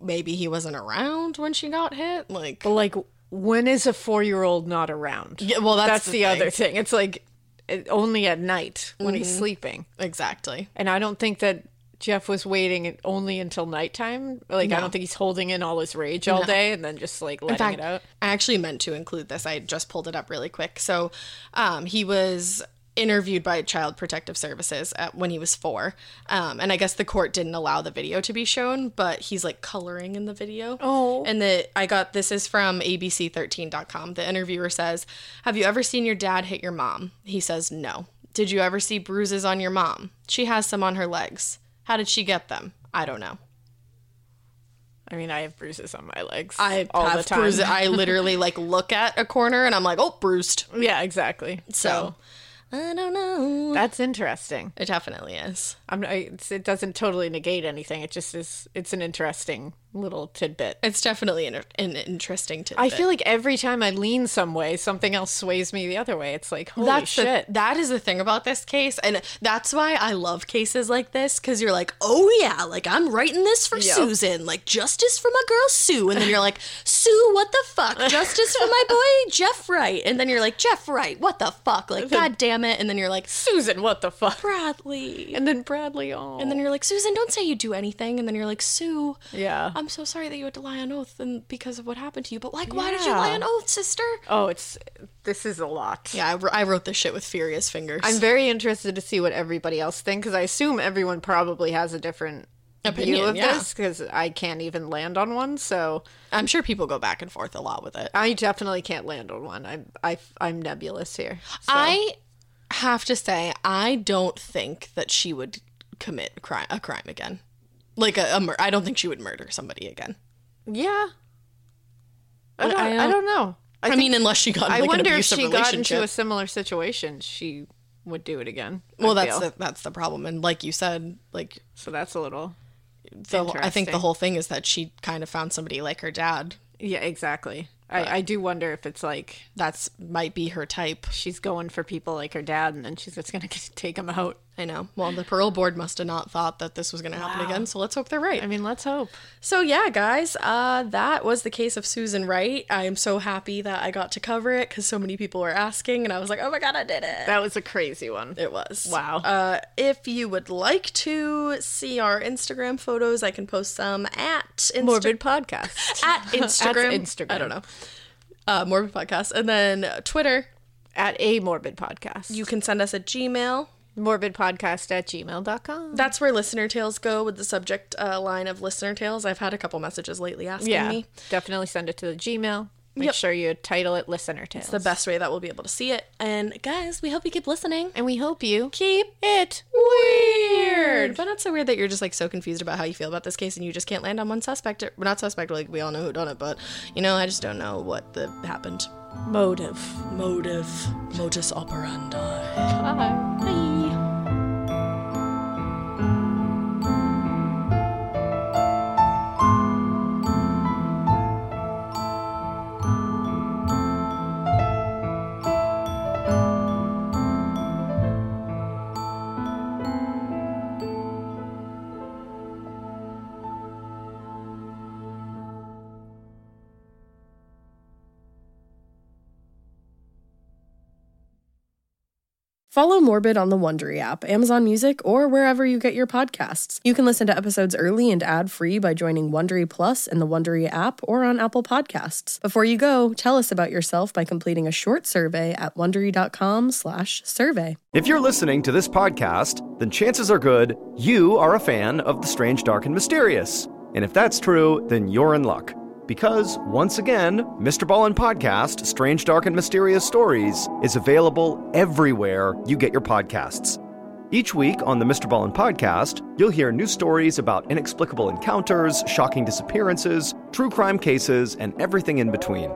B: maybe he wasn't around when she got hit. Like
C: But like, when is a four-year-old not around?
B: Yeah, well,
C: that's
B: that's the
C: the,
B: thing. Mm-hmm.
C: other thing. It's like it, only at night when he's sleeping.
B: exactly.
C: And I don't think that Jeff was waiting only until nighttime. Like, I don't think he's holding in all his rage all day and then just like letting
B: fact,
C: it out.
B: I actually meant to include this. I just pulled it up really quick. So um, he was interviewed by Child Protective Services at, when he was four. Um, and I guess the court didn't allow the video to be shown, but he's like coloring in the video. Oh. And the, I got this is from abc13.com. The interviewer says, Have you ever seen your dad hit your mom? He says, No. Did you ever see bruises on your mom? She has some on her legs. How did she get them? I don't know.
C: I mean, I have bruises on my legs.
B: I
C: all
B: have
C: the time.
B: bruise- I literally like look at a corner and I'm like, oh, bruised.
C: yeah, exactly.
B: So I don't know.
C: that's interesting.
B: It definitely is.
C: I'm, I, it's, it doesn't totally negate anything. It just is. It's an interesting little tidbit.
B: It's definitely an, an interesting tidbit.
C: I feel like every time I lean some way, something else sways me the other way. It's like holy
B: that's the-
C: shit.
B: that is the thing about this case, and that's why I love cases like this because you're like, oh yeah, like I'm writing this for Susan, like justice for my girl Sue, and then you're like, Sue, what the fuck, justice for my boy Jeff Wright, and then you're like, Jeff Wright, what the fuck, like god damn it, and then you're like,
C: Susan, what the fuck?
B: Bradley,
C: And then Bradley, oh,
B: And then you're like, Susan, don't say you do anything. And then you're like, Sue,
C: yeah.
B: I'm so sorry that you had to lie on oath and because of what happened to you. But like, why did you lie on oath, sister?
C: oh, it's this is a lot.
B: Yeah, I, wr- I wrote this shit with furious fingers.
C: I'm very interested to see what everybody else thinks because I assume everyone probably has a different view
B: Opinion,
C: of
B: yeah.
C: this because I can't even land on one. So
B: I'm sure people go back and forth a lot with it.
C: I definitely can't land on one. I'm I, I'm nebulous here. So-
B: I have to say, I don't think that she would commit a crime, a crime again. Like a, a mur- I don't think she would murder somebody again.
C: yeah. I don't,
B: I
C: I
B: don't-
C: don't, know. I,
B: I,
C: think-
B: mean, unless she got in,
C: I
B: like,
C: wonder
B: an
C: if
B: abusive
C: she got into a
B: relationship.
C: similar situation, she would do it again. I
B: well, that's
C: feel.
B: the, that's the problem. And like you said, like
C: so that's a little.
B: the, I think the
C: Interesting.
B: whole thing is that she kind of found somebody like her dad
C: Yeah, exactly. I, I do wonder if it's like
B: that's might be her type.
C: she's going for people like her dad, and then she's just gonna take him out.
B: I know. Well, the parole board must have not thought that this was going to happen again, so let's hope they're right.
C: I mean, let's hope.
B: so yeah, guys, uh, that was the case of Susan Wright. I am so happy that I got to cover it because so many people were asking, and I was like, oh my god, I did it.
C: That was a crazy one.
B: It was.
C: Wow.
B: Uh, if you would like to see our Instagram photos, I can post some at Insta-
C: Morbid podcast
B: at Instagram.
C: At Instagram.
B: I don't know. Uh, Morbid Podcast. And then uh, Twitter.
C: at a morbid podcast.
B: You can send us a Gmail.
C: morbidpodcast at gmail.com.
B: That's where listener tales go with the subject uh, line of listener tales. I've had a couple messages lately asking
C: yeah,
B: me.
C: definitely send it to the Gmail. Make
B: Yep.
C: sure you title it listener tales.
B: It's the best way that we'll be able to see it. And guys, we hope you keep listening.
C: and we hope you
B: Keep
C: it
B: weird, but not so weird that you're just like so confused about how you feel about this case and you just can't land on one suspect. Or, well, not suspect, like we all know who done it, but you know, I just don't know what the happened.
C: motive.
B: Motive, modus operandi.
A: Follow Morbid on the Wondery app, Amazon Music, or wherever you get your podcasts. You can listen to episodes early and ad-free by joining Wondery Plus in the Wondery app or on Apple Podcasts. Before you go, tell us about yourself by completing a short survey at wondery.com/survey.
F: If you're listening to this podcast, then chances are good you are a fan of the strange, dark, and mysterious. And if that's true, then you're in luck. Because, once again, Mr. Ballin Podcast, Strange, Dark, and Mysterious Stories, is available everywhere you get your podcasts. Each week on the Mr. Ballin Podcast, you'll hear new stories about inexplicable encounters, shocking disappearances, true crime cases, and everything in between.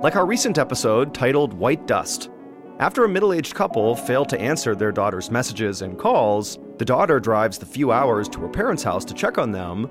F: Like our recent episode titled White Dust. After a middle aged couple failed to answer their daughter's messages and calls, the daughter drives the few hours to her parents' house to check on them.